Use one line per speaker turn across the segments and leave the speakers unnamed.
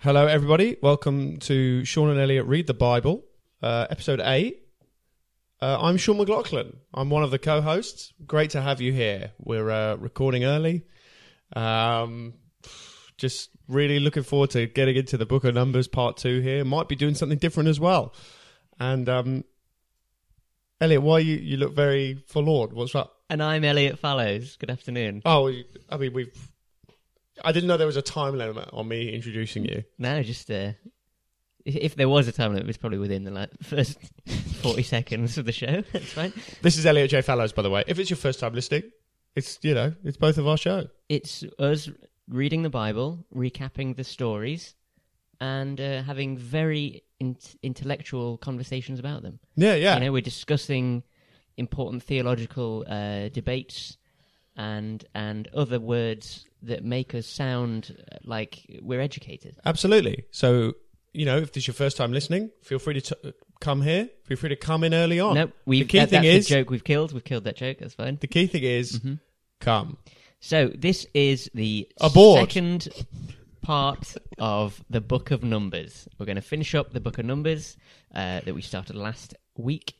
Hello, everybody. Welcome to Sean and Elliot Read the Bible, uh, episode 8. Uh, I'm Sean McLaughlin. I'm one of the co hosts. Great to have you here. We're uh, recording early. Um, just really looking forward to getting into the Book of Numbers part two here. Might be doing something different as well. And um, Elliot, why you, you look very forlorn? What's up?
And I'm Elliot Fallows. Good afternoon.
Oh, you- I mean, we've. I didn't know there was a time limit on me introducing you.
No, just uh, if, if there was a time limit, it's probably within the like, first 40 seconds of the show. That's fine.
This is Elliot J. Fallows, by the way. If it's your first time listening, it's you know, it's both of our show.
It's us reading the Bible, recapping the stories, and uh, having very in- intellectual conversations about them.
Yeah, yeah.
You know, we're discussing important theological uh, debates and and other words that make us sound uh, like we're educated.
Absolutely. So, you know, if this is your first time listening, feel free to t- come here. Feel free to come in early on.
no, we've
the key
that-
thing
that's
is
the joke we've killed. We've killed that joke. That's fine.
the key thing is
Mm-hmm.
come.
So this is the
Aboard.
second part of the Book of Numbers. We're going to finish up the Book of Numbers uh, that we started last week,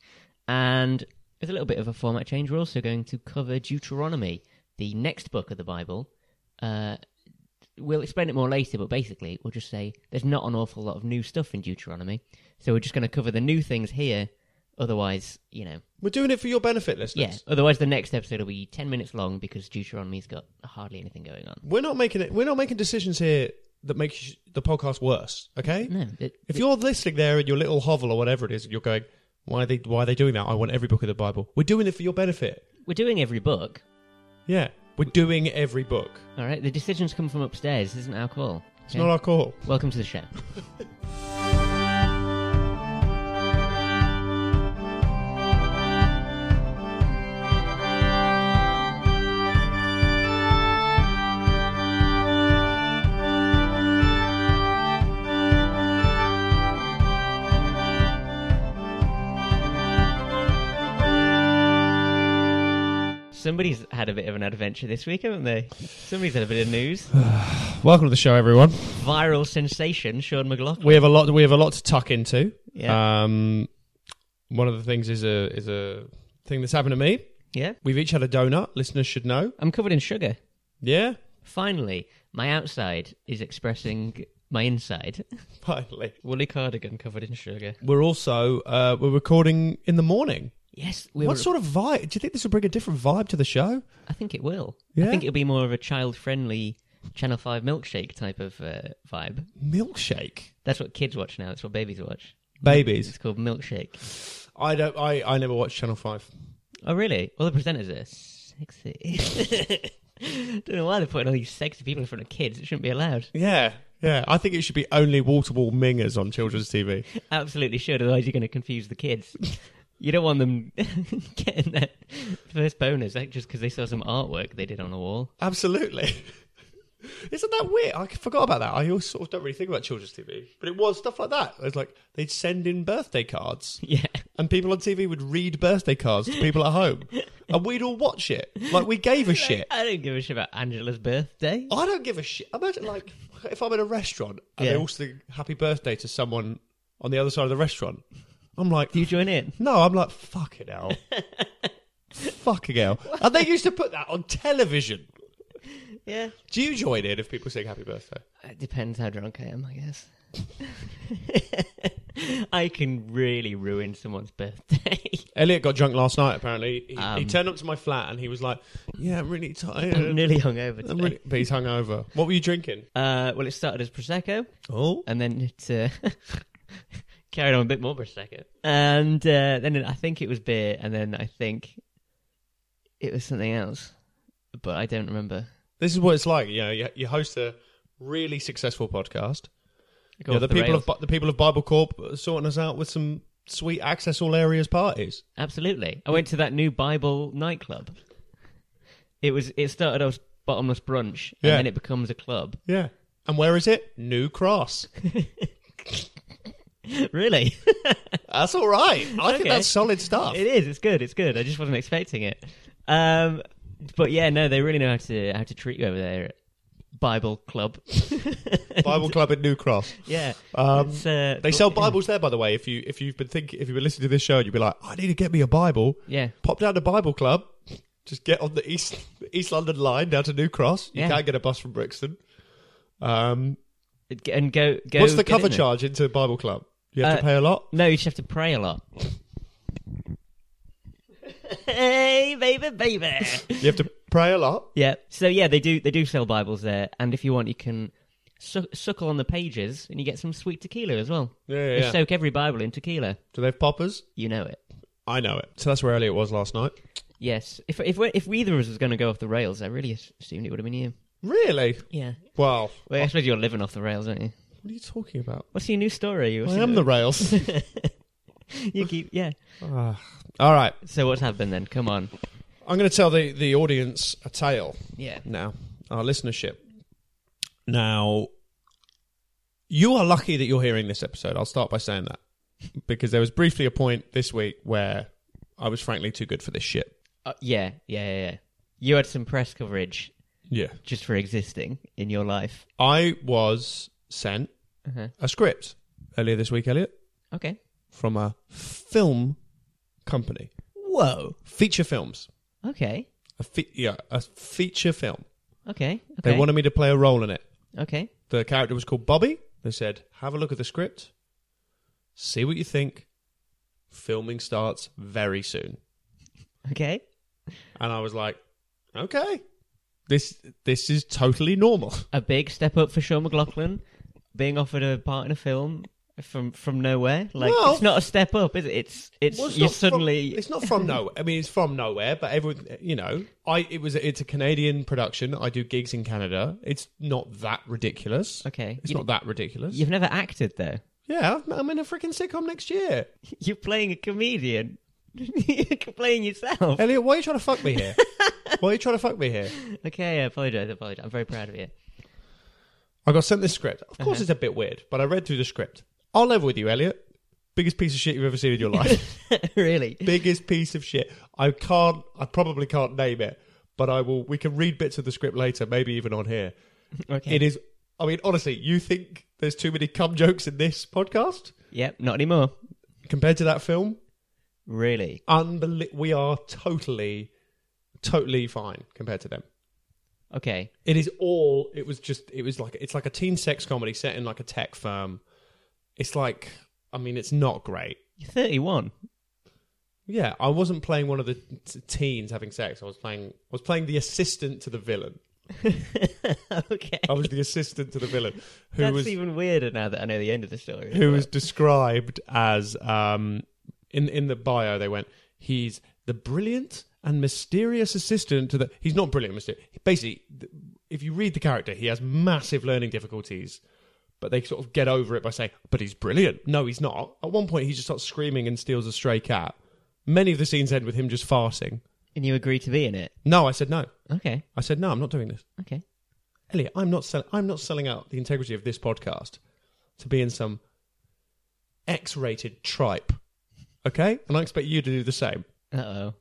and with a little bit of a format change, we're also going to cover Deuteronomy, the next book of the Bible. Uh, we'll explain it more later, but basically, we'll just say there's not an awful lot of new stuff in Deuteronomy, so we're just going to cover the new things here. Otherwise, you know,
We're doing it for your benefit, listeners.
yeah. Otherwise, the next episode will be ten minutes long because Deuteronomy's got hardly anything going on.
We're not making it we're not making decisions here that make sh- the podcast worse, okay?
No, it,
If you're listening there in your little hovel or whatever it is, and you're going, why are they why are they doing that? I want every book of the Bible. We're doing it for your benefit.
we're doing every book.
Yeah. We're doing every book.
All right, the decisions come from upstairs. This isn't our call.
It's not our call.
Welcome to the show. Somebody's had a bit of an adventure this week, haven't they? Somebody's had a bit of news.
Welcome to the show, everyone.
Viral sensation, Sean McLaughlin.
We have a lot. We have a lot to tuck into.
Yeah.
Um, one of the things is a is a thing that's happened to me.
Yeah.
We've each had a donut. Listeners should know.
I'm covered in sugar.
Yeah.
Finally, my outside is expressing my inside.
Finally,
Woolly cardigan covered in sugar.
we're also uh, we're recording in the morning.
Yes, we
what
were,
sort of vibe? Do you think this will bring a different vibe to the show?
I think it will.
Yeah?
I think it'll be more of a child-friendly Channel 5 milkshake type of uh, vibe.
Milkshake,
That's what kids watch now. That's what babies watch.
babies.
It's called milkshake.
I don't. I I never watched Channel Five.
Oh, really? All the presenters are sexy. Don't know why they're putting all these sexy people in front of kids. It shouldn't be allowed.
Yeah. Yeah, I think it should be only wall-to-wall mingers on children's TV.
Absolutely should, otherwise you're going to confuse the kids. You don't want them getting that first bonus like, just because they saw some artwork they did on a wall.
Absolutely. Isn't that weird? I forgot about that. I always sort of don't really think about children's TV, but it was stuff like that. It was like they'd send in birthday cards,
Yeah,
and people on TV would read birthday cards to people at home, and we'd all watch it. Like we gave a shit.
I don't give a shit about Angela's birthday.
I don't give a shit. Imagine like if I'm in a restaurant and they
Yeah.
all sing happy birthday to someone on the other side of the restaurant. I'm like,
Do you join in?
no, I'm like, fucking hell. fucking hell. And they used to put that on television.
Yeah,
Do you join in if people sing happy birthday?
it depends how drunk I am, I guess. I can really ruin someone's birthday.
Elliot got drunk last night. Apparently, he, he
Um,
turned up to my flat and he was like, "Yeah, I'm really tired."
I'm nearly hungover
I'm
today.
really- but he's hungover. What were you drinking?
Uh, well, it started as prosecco.
Oh,
and then it uh, carried on a bit more for a second. And uh, then I think it was beer, and then I think it was something else, but I don't remember.
this is what it's like. You know, you, you host a really successful podcast.
Go
You know,
off
the, people
rails.
of Bi- the people of Bible Corp are sorting us out with some sweet access all areas parties.
absolutely. I went to that new Bible nightclub. It was. It started as bottomless brunch, and
Yeah.
then it becomes a club.
Yeah, and where is it? New Cross.
really,
That's all right. I think
Okay.
that's solid stuff.
it is. It's good. It's good. I just wasn't expecting it. Um, but yeah, no, they really know how to how to treat you over there. Bible Club.
Bible Club at New Cross.
yeah.
Um,
It's, uh,
they sell Bibles there, by the way. If you if you've been thinking, if you've been listening to this show, and you'd be like, I need to get me a Bible.
Yeah.
Pop down to Bible Club. Just get on the East East London line down to New Cross. You
Yeah.
can't get a bus from Brixton. Um,
And go. go
what's the
get in
cover
there.
charge into Bible Club? You have to
Uh,
pay a lot.
No, you just have to pray a lot. hey, baby, baby.
You have to pray a lot.
Yeah. So yeah, they do they do sell Bibles there, and if you want, you can su- suckle on the pages, and you get some sweet tequila as well.
Yeah, yeah,
They
yeah.
soak every Bible in tequila.
Do they have poppers?
You know it.
I know it. So that's where Elliot was last night.
Yes. If if we if either of us was going to go off the rails, I really as- assumed it would have been you.
Really?
Yeah.
Wow.
Well, I suppose you're living off the rails, aren't you?
What are you talking about?
What's your new story? What's
I
your-
am the rails.
You keep yeah.
Ah. all right.
So what's happened then? Come on.
I'm going to tell the, the audience a tale.
Yeah.
now, our listenership. Now, you are lucky that you're hearing this episode. I'll start by saying that because there was briefly a point this week where I was frankly too good for this shit.
Uh, yeah. Yeah. Yeah. yeah. You had some press coverage
Yeah.
just for existing in your life.
I was sent
Uh-huh.
a script earlier this week, Elliot,
Okay.
from a film company,
Whoa.
feature films.
Okay.
A fe- yeah, a feature film.
Okay.
They
Okay.
wanted me to play a role in it.
okay.
The character was called Bobby. They said, have a look at the script, see what you think. Filming starts very soon.
Okay.
And I was like, okay. This this is totally normal.
a big step up for Sean McLaughlin, being offered a part in a film from from nowhere. Like
Well-
it's not a step up, is it? It's it's
Well, it's
you
not from-
suddenly
it's not from nowhere. I mean, it's from nowhere, but everyone, you know, I it was it's a Canadian production. I do gigs in Canada. It's not that ridiculous.
okay.
It's
You,
not that ridiculous.
have never acted though.
yeah, I'm in a freaking sitcom next year.
You're playing a comedian. You're playing yourself.
Elliot, why are you trying to fuck me here? why are you trying to fuck me here?
Okay, I apologize. I apologize. I'm very proud of you.
I got sent this script. Of course, it's a bit weird, but I read through the script. I'll level with you, Elliot. Biggest piece of shit you've ever seen in your life.
really?
Biggest piece of shit. I can't. I probably can't name it, but I will. We can read bits of the script later, maybe even on here.
Okay.
It is. I mean, honestly, you think there's too many cum jokes in this podcast
Yep. Not anymore.
compared to that film?
Really?
Unbel- We are totally, totally fine compared to them.
Okay.
It is all. It was just. It was like it's like a teen sex comedy set in like a tech firm. It's like. I mean, it's not great.
You're 31.
Yeah, I wasn't playing one of the t- teens having sex. I was playing. I was playing the assistant to the villain.
okay.
I was the assistant to the villain Oh, who
That's
was
even weirder now that I know the end of the story.
who was described as um in in the bio they went he's the brilliant and mysterious assistant to the he's not brilliant mysterious basically th- if you read the character he has massive learning difficulties but they sort of get over it by saying but he's brilliant no he's not at one point he just starts screaming and steals a stray cat many of the scenes end with him just farting
and you agree to be in it.
no i said no
Okay.
i said no i'm not doing this
Okay.
Elliot, I'm not selling. I'm not selling out the integrity of this podcast to be in some X-rated tripe. Okay, and I expect you to do the same.
Uh oh.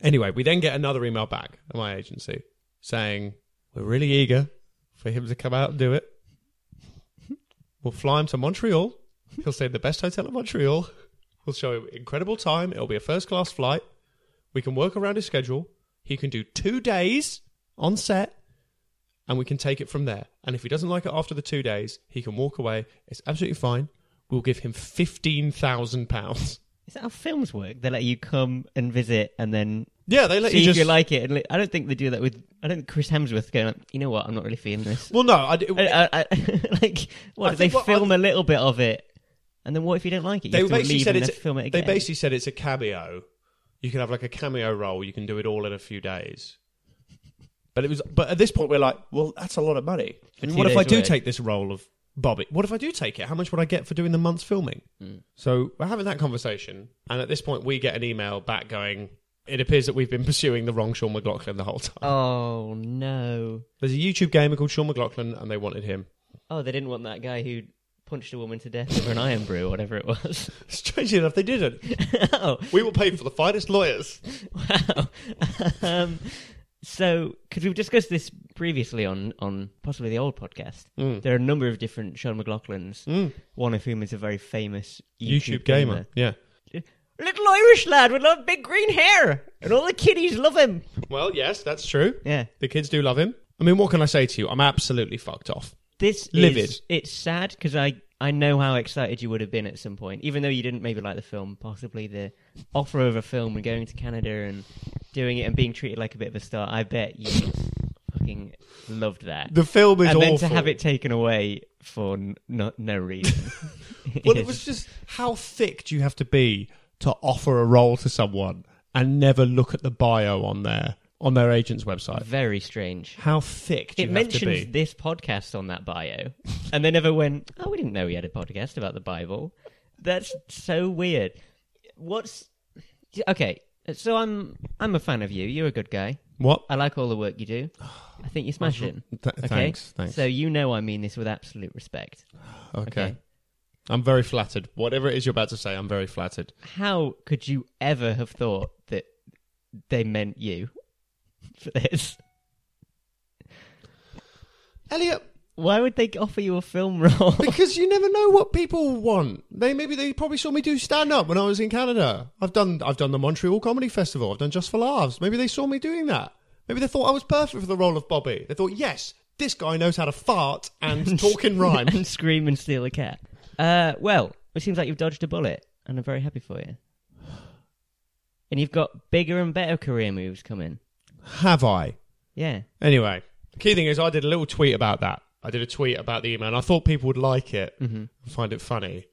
Anyway, we then get another email back at my agency saying we're really eager for him to come out and do it. We'll fly him to Montreal. He'll stay in the best hotel in Montreal. We'll show him incredible time. It'll be a first class flight. We can work around his schedule. He can do two days on set and we can take it from there. And if he doesn't like it after the two days, he can walk away. It's absolutely fine. We'll give him £15,000.
Is that how films work? They let you come and visit and then
Yeah, they let
see
you
if
just.
you like it. And li- I don't think they do that with. I don't think Chris Hemsworth going. Like, you know what? I'm not really feeling this.
well, no, I, d-
I, I, I, like, what
I
if they
think what
film a little bit of it, and then what if you don't like it? You
They
have to
basically
leave
said
and
it's
then film it
They
again.
basically said it's a cameo. You can have like a cameo role. You can do it all in a few days. But it was. But at this point, we're like, well, that's a lot of money. I mean,
two
what if
days'
I do
work.
take this role of Bobby? What if I do take it? How much would I get for doing the month's filming? So we're having that conversation, and at this point, we get an email back going. It appears that we've been pursuing the wrong Sean McLaughlin the whole time.
oh no!
There's a YouTube gamer called Sean McLaughlin, and they wanted him.
Oh, they didn't want that guy who punched a woman to death over an iron brew, whatever it was.
Strangely enough, they didn't.
oh
We will pay for the finest lawyers.
wow! um, so, because we've discussed this previously on on possibly the old podcast,
Mm.
there are a number of different Sean McLaughlins.
Mm.
One of whom is a very famous
YouTube, gamer. Yeah.
Little Irish lad with lo- big green hair, and all the kiddies love him.
Well, yes, that's true.
Yeah,
The kids do love him. I mean, what can I say to you? I'm absolutely fucked off.
this
Livid.
Is, it's sad because I I know how excited you would have been at some point, even though you didn't maybe like the film. Possibly the offer of a film and going to Canada and doing it and being treated like a bit of a star. I bet you fucking loved that.
The film is
and
awful.
then to have it taken away for n- no, no reason.
well, it
is-
was just how thick do you have to be to offer a role to someone and never look at the bio on their on their agent's website?
very strange.
How thick do
It
you have to
mentions
be?
this podcast on that bio, and they never went, Oh, we didn't know we had a podcast about the Bible. That's so weird. What's okay? So I'm I'm a fan of you. You're a good guy.
What?
I like all the work you do. I think you smash it.
Th-
Okay.
Thanks, thanks.
So you know I mean this with absolute respect.
okay.
okay.
I'm very flattered. Whatever it is you're about to say, I'm very flattered.
How could you ever have thought that they meant you for this?
Elliot,
Why would they offer you a film role?
because you never know what people want. They maybe they probably saw me do stand up when I was in Canada. I've done I've done the Montreal Comedy Festival. I've done Just for Laughs. Maybe they saw me doing that. Maybe they thought I was perfect for the role of Bobby. They thought, yes, this guy knows how to fart and talk in rhyme.
and scream and steal a cat. Uh, well, it seems like you've dodged a bullet, and I'm very happy for you. And you've got bigger and better career moves coming.
Have I?
Yeah.
Anyway, the key thing is I did a little tweet about that. I did a tweet about the email, and I thought people would like it and find it funny.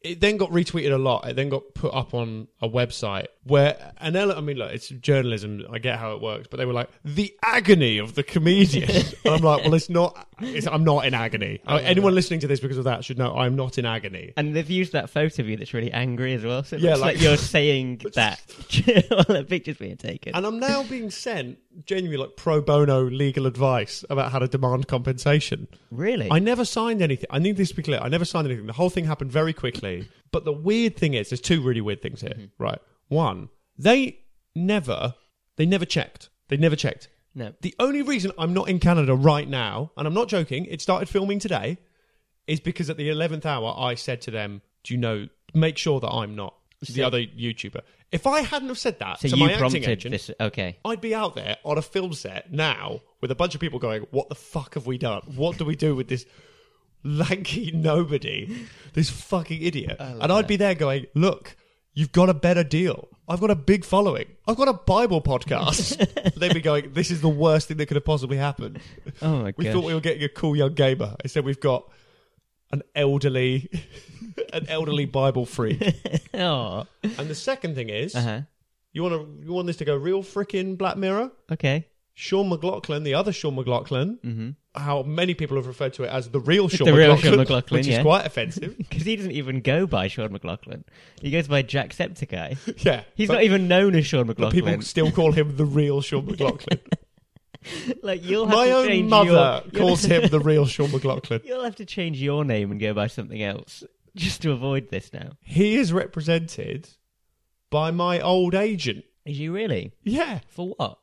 It then got retweeted a lot. It then got put up on a website where an ele- I mean, look, it's journalism. I get how it works, but they were like the agony of the comedian, and I'm like, well, it's not. It's, I'm not in agony. Uh, Anyone listening to this because of that should know I'm not in agony.
And they've used that photo of you that's really angry as well. So it
Yeah,
looks like,
like-
you're saying that while the picture's being taken.
And I'm now being sent genuinely like pro bono legal advice about how to demand compensation.
really?
I never signed anything. I need this to be clear. I never signed anything. The whole thing happened very quickly. But the weird thing is, there's two really weird things here,
Mm-hmm.
right? One, they never, they never checked. They never checked.
no.
The only reason I'm not in Canada right now, and I'm not joking, it started filming today, is because at the 11th hour, I said to them, "Do you know? Make sure that I'm not the other YouTuber." If I hadn't have said that
So
to
you
my acting
prompted
agent,
this. Okay.
I'd be out there on a film set now with a bunch of people going, What the fuck have we done? What do we do with this lanky nobody? This fucking idiot. And I'd be there going, Look, you've got a better deal. I've got a big following. I've got a Bible podcast. They'd be going, This is the worst thing that could have possibly happened.
Oh my
We
gosh.
thought we were getting a cool young gamer. Instead, we've got an elderly, an elderly Bible freak.
oh.
And the second thing is,
Uh huh.
you want to, you want this to go real frickin' Black Mirror?
Okay.
Sean McLaughlin, the other Sean McLaughlin,
Mhm.
how many people have referred to it as the real Sean
The real
McLaughlin,
Sean McLaughlin,
which
yeah.
is quite offensive.
Because he doesn't even go by Sean McLaughlin. He goes by Jacksepticeye.
yeah,
He's
but,
not even known as Sean
but
McLaughlin.
people still call him the real Sean McLaughlin.
like you'll have
My
to
own
change
mother
your,
calls him the real Sean McLaughlin.
You'll have to change your name and go by something else just to avoid this now.
He is represented by my old agent.
Is you really?
Yeah,
For what?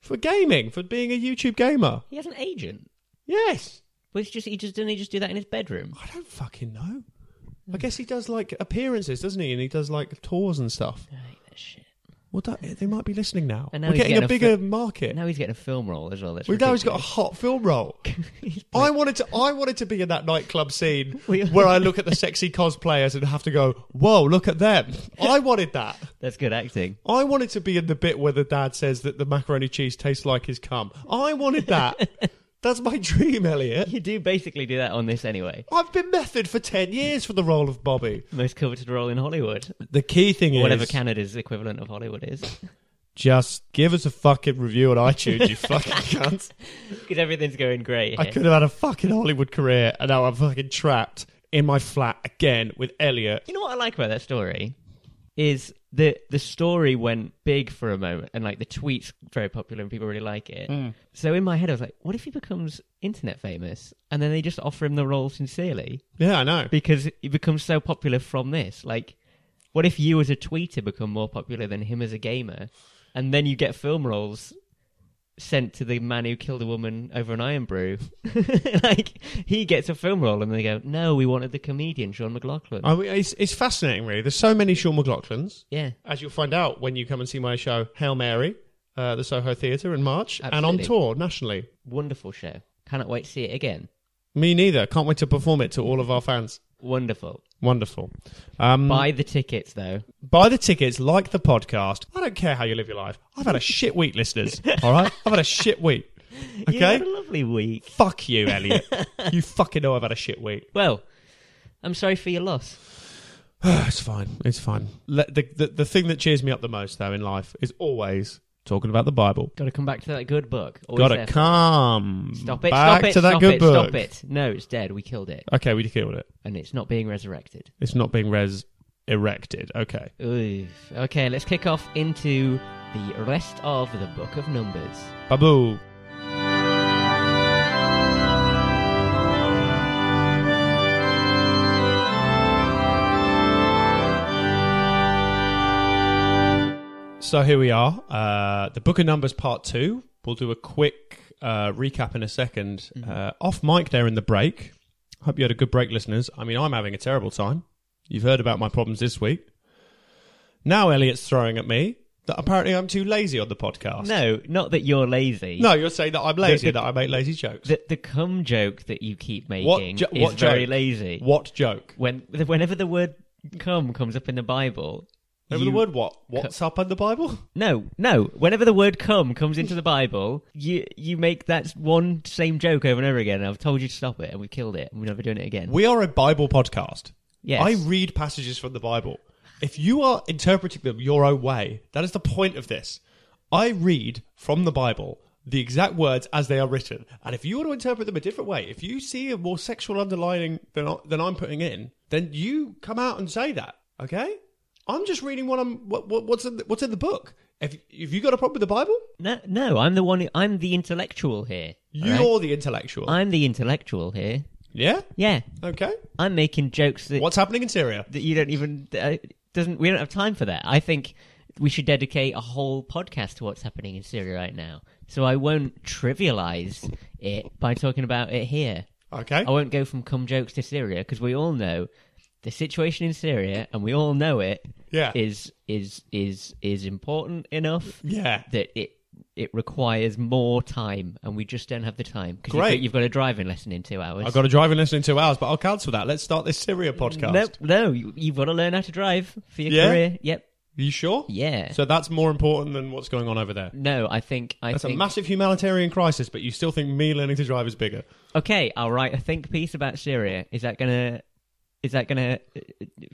for gaming, for being a YouTube gamer.
He has an agent.
Yes,
Well, it's just he just didn't he just do that in his bedroom?
I don't fucking know. I guess he does like appearances, doesn't he? And he does like tours and stuff.
I hate that shit.
Well, that, they might be listening now.
And now
We're
he's
getting,
getting a
a bigger market.
Now he's getting a film role as well. That's
Well, now he's got a
ridiculous.
hot film role. I wanted to. I wanted to be in that nightclub scene
We-
where I look at the sexy cosplayers and have to go, "Whoa, look at them!" I wanted that.
That's good acting.
I wanted to be in the bit where the dad says that the macaroni cheese tastes like his cum. I wanted that. That's my dream, Elliot.
You do basically do that on this anyway.
I've been method for ten years for the role of Bobby.
Most coveted role in Hollywood,
The key thing
or
is
whatever Canada's equivalent of Hollywood is,
just give us a fucking review on iTunes, you fucking cunt.
because everything's going great.
I
here.
could have had a fucking Hollywood career, and now I'm fucking trapped in my flat again with Elliot.
You know what I like about that story is that the story went big for a moment, and like the tweets very popular and people really like it. So in my head, I was like, "What if he becomes internet famous, and then they just offer him the role sincerely
Yeah, I know.
because he becomes so popular from this? Like, what if you as a tweeter become more popular than him as a gamer, and then you get film roles?" sent to the man who killed a woman over an iron brew. like he gets a film role, and they go, "No, we wanted the comedian Sean McLaughlin."
I mean, it's, it's fascinating, really. There's so many Sean McLaughlins,
yeah,
as you'll find out when you come and see my show, Hail Mary, uh, the Soho Theatre in March, and
Absolutely.
on tour nationally.
wonderful show. Cannot wait to see it again.
Me neither. Can't wait to perform it to all of our fans.
Wonderful.
Wonderful. Um,
Buy the tickets though.
Buy the tickets, like the podcast. I don't care how you live your life. I've had a shit week, listeners. All right? I've had a shit week.
You had
Okay?
a lovely week.
Fuck you, Elliot. you fucking know I've had a shit week.
Well, I'm sorry for your loss.
It's fine. It's fine. Let, the, the, the thing that cheers me up the most, though, in life is always talking about the Bible.
Got to come back to that good book. Always
Gotta
there for-
come
Stop it!
back
stop it!
to that
stop
good
it!
book.
Stop it! No, it's dead. We killed it,
Okay, we killed it.
and it's not being resurrected.
It's not being res erected. Okay.
Oof. Okay, let's kick off into the rest of the Book of Numbers.
Babu. So here we are. Uh, the Book of Numbers Part 2. We'll do a quick uh, recap in a 2nd Uh, off mic there in the break. Hope you had a good break, listeners. I mean, I'm having a terrible time. You've heard about my problems this week. Now Elliot's throwing at me that apparently I'm too lazy on the podcast.
No, not that you're lazy.
No, you're saying that I'm lazy,
The- the-
that I make lazy jokes.
The, the cum joke that you keep making
What jo-
is
what
very
joke?
lazy.
what joke?
When whenever the word cum comes up in the Bible,
Remember
you-
the word what? What's up in the Bible?
No, no. Whenever the word "cum" comes into the Bible, you you make that one same joke over and over again. I've told you to stop it, and we killed it, and we're never doing it again.
We are a Bible podcast.
Yes.
I read passages from the Bible. If you are interpreting them your own way, that is the point of this. I read from the Bible the exact words as they are written. And if you want to interpret them a different way, if you see a more sexual underlining than, I- than I'm putting in, then you come out and say that, okay? I'm just reading what I'm what, what, what's in the, what's in the book. If if you got a problem with the Bible,
no, no. I'm the one. Who, I'm the intellectual here. all right?
You're the intellectual.
I'm the intellectual here.
yeah?
Yeah,
Okay.
I'm making jokes that
What's happening in Syria?
that you don't even uh, doesn't. We don't have time for that. I think we should dedicate a whole podcast to what's happening in Syria right now. So I won't trivialize it by talking about it here.
Okay.
I won't go from cum jokes to Syria because we all know the situation in Syria, and we all know it
Yeah.
is is is is important enough
yeah.
that it it requires more time, and we just don't have the time. 'cause You've
Great.
got, you've got a driving lesson in two hours.
I've got a driving lesson in two hours, but I'll cancel that. Let's start this Syria podcast.
no, no, you, you've got to learn how to drive for your
Yeah?
career. Yep.
You sure?
Yeah.
So that's more important than what's going on over there.
no, I think I
That's
think
a massive humanitarian crisis, but you still think me learning to drive is bigger.
okay. I'll write a think piece about Syria. Is that gonna is that gonna uh,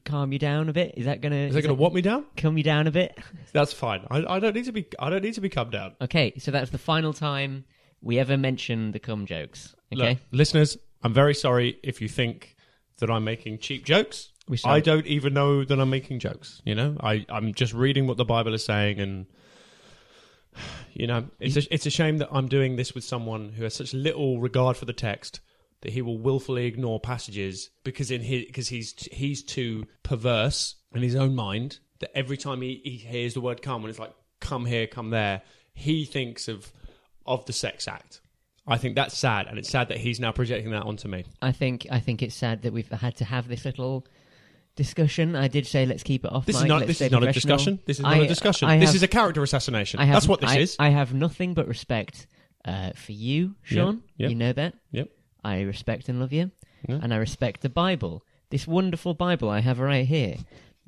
calm you down a bit? Is that gonna
Is that going to want me down?
calm you down a bit?
That's fine. I, I don't need to be. I don't need to be calmed down.
Okay, so that's the final time we ever mention the cum jokes.
Look,
Okay,
listeners, I'm very sorry if you think that I'm making cheap jokes.
We sorry.
I don't even know that I'm making jokes. You know, I I'm just reading what the Bible is saying, and you know, it's a, it's a shame that I'm doing this with someone who has such little regard for the text that he will willfully ignore passages because in his because he's he's too perverse in his own mind that every time he, he hears the word "come" when it's like "come here, come there," he thinks of of the sex act. I think that's sad, and it's sad that he's now projecting that onto me.
I think I think it's sad that we've had to have this little discussion. I did say let's keep it off.
This
mic,
is not.
let's
This
stay
is not a
professional.
discussion. This is
I-
not a discussion.
I
this
have-
is a character assassination.
I have-
That's what this
I-
is.
I have nothing but respect uh, for you, Sean.
yeah.
You know that.
yep.
I respect and love you, and I respect the Bible. This wonderful Bible I have right here,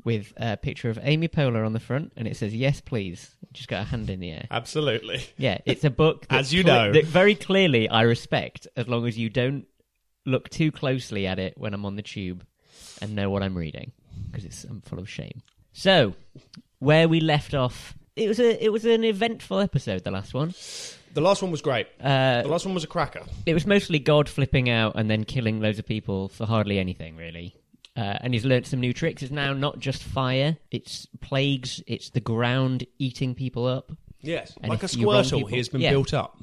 with a picture of Amy Poehler on the front, and it says "Yes, please." Just got a hand in the air.
Absolutely.
Yeah, it's a book that
As you
cle-
know.
that very clearly I respect as long as you don't look too closely at it when I'm on the tube and know what I'm reading because it's I'm full of shame. So, where we left off, it was a it was an eventful episode the last one.
The last one was great.
Uh,
The last one was a cracker.
it was mostly God flipping out and then killing loads of people for hardly anything, really. Uh, and he's learnt some new tricks. It's now not just fire; it's plagues. It's the ground eating people up.
Yes.
And
like a
if you wrong
squirtle,
people-
he has been
Yeah.
built up.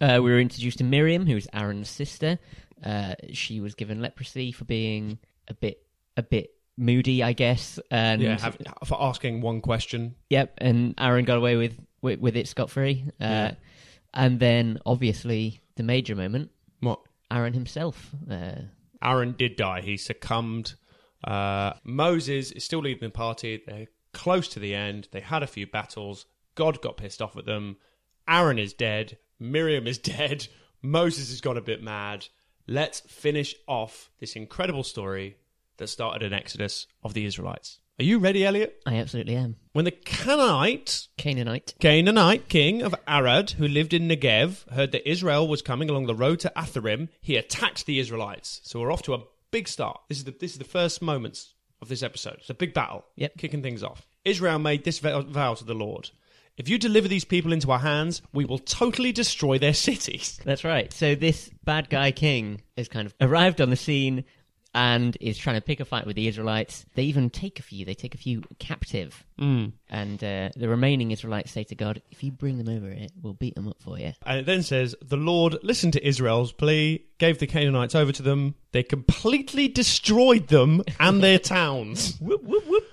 Uh, we were introduced to Miriam, who's Aaron's sister. Uh, she was given leprosy for being a bit, a bit moody, I guess. And
Yeah. Have, for asking one question.
yep, and Aaron got away with with, with it scot free. Uh, And then, obviously, the major moment
What?
Aaron himself. Uh,
Aaron did die. He succumbed. Uh, Moses is still leading the party. They're close to the end. They had a few battles. God got pissed off at them. Aaron is dead. Miriam is dead. Moses has got a bit mad. Let's finish off this incredible story that started an exodus of the Israelites. Are you ready, Elliot?
I absolutely am.
When the Canaanites
Canaanite.
Canaanite king of Arad, who lived in Negev, heard that Israel was coming along the road to Atharim. He attacked the Israelites. So we're off to a big start. This is the this is the first moments of this episode. It's a big battle.
Yep.
kicking things off. Israel made this vow vow to the Lord: If you deliver these people into our hands, we will totally destroy their cities.
That's right. So this bad guy king has kind of arrived on the scene and is trying to pick a fight with the Israelites. They even take a few. They take a few captive. Mm. And uh, the remaining Israelites say to God, if you bring them over here, we'll beat them up for you.
And it then says, The Lord listened to Israel's plea, gave the Canaanites over to them. They completely destroyed them and their towns.
Whoop, whoop, whoop.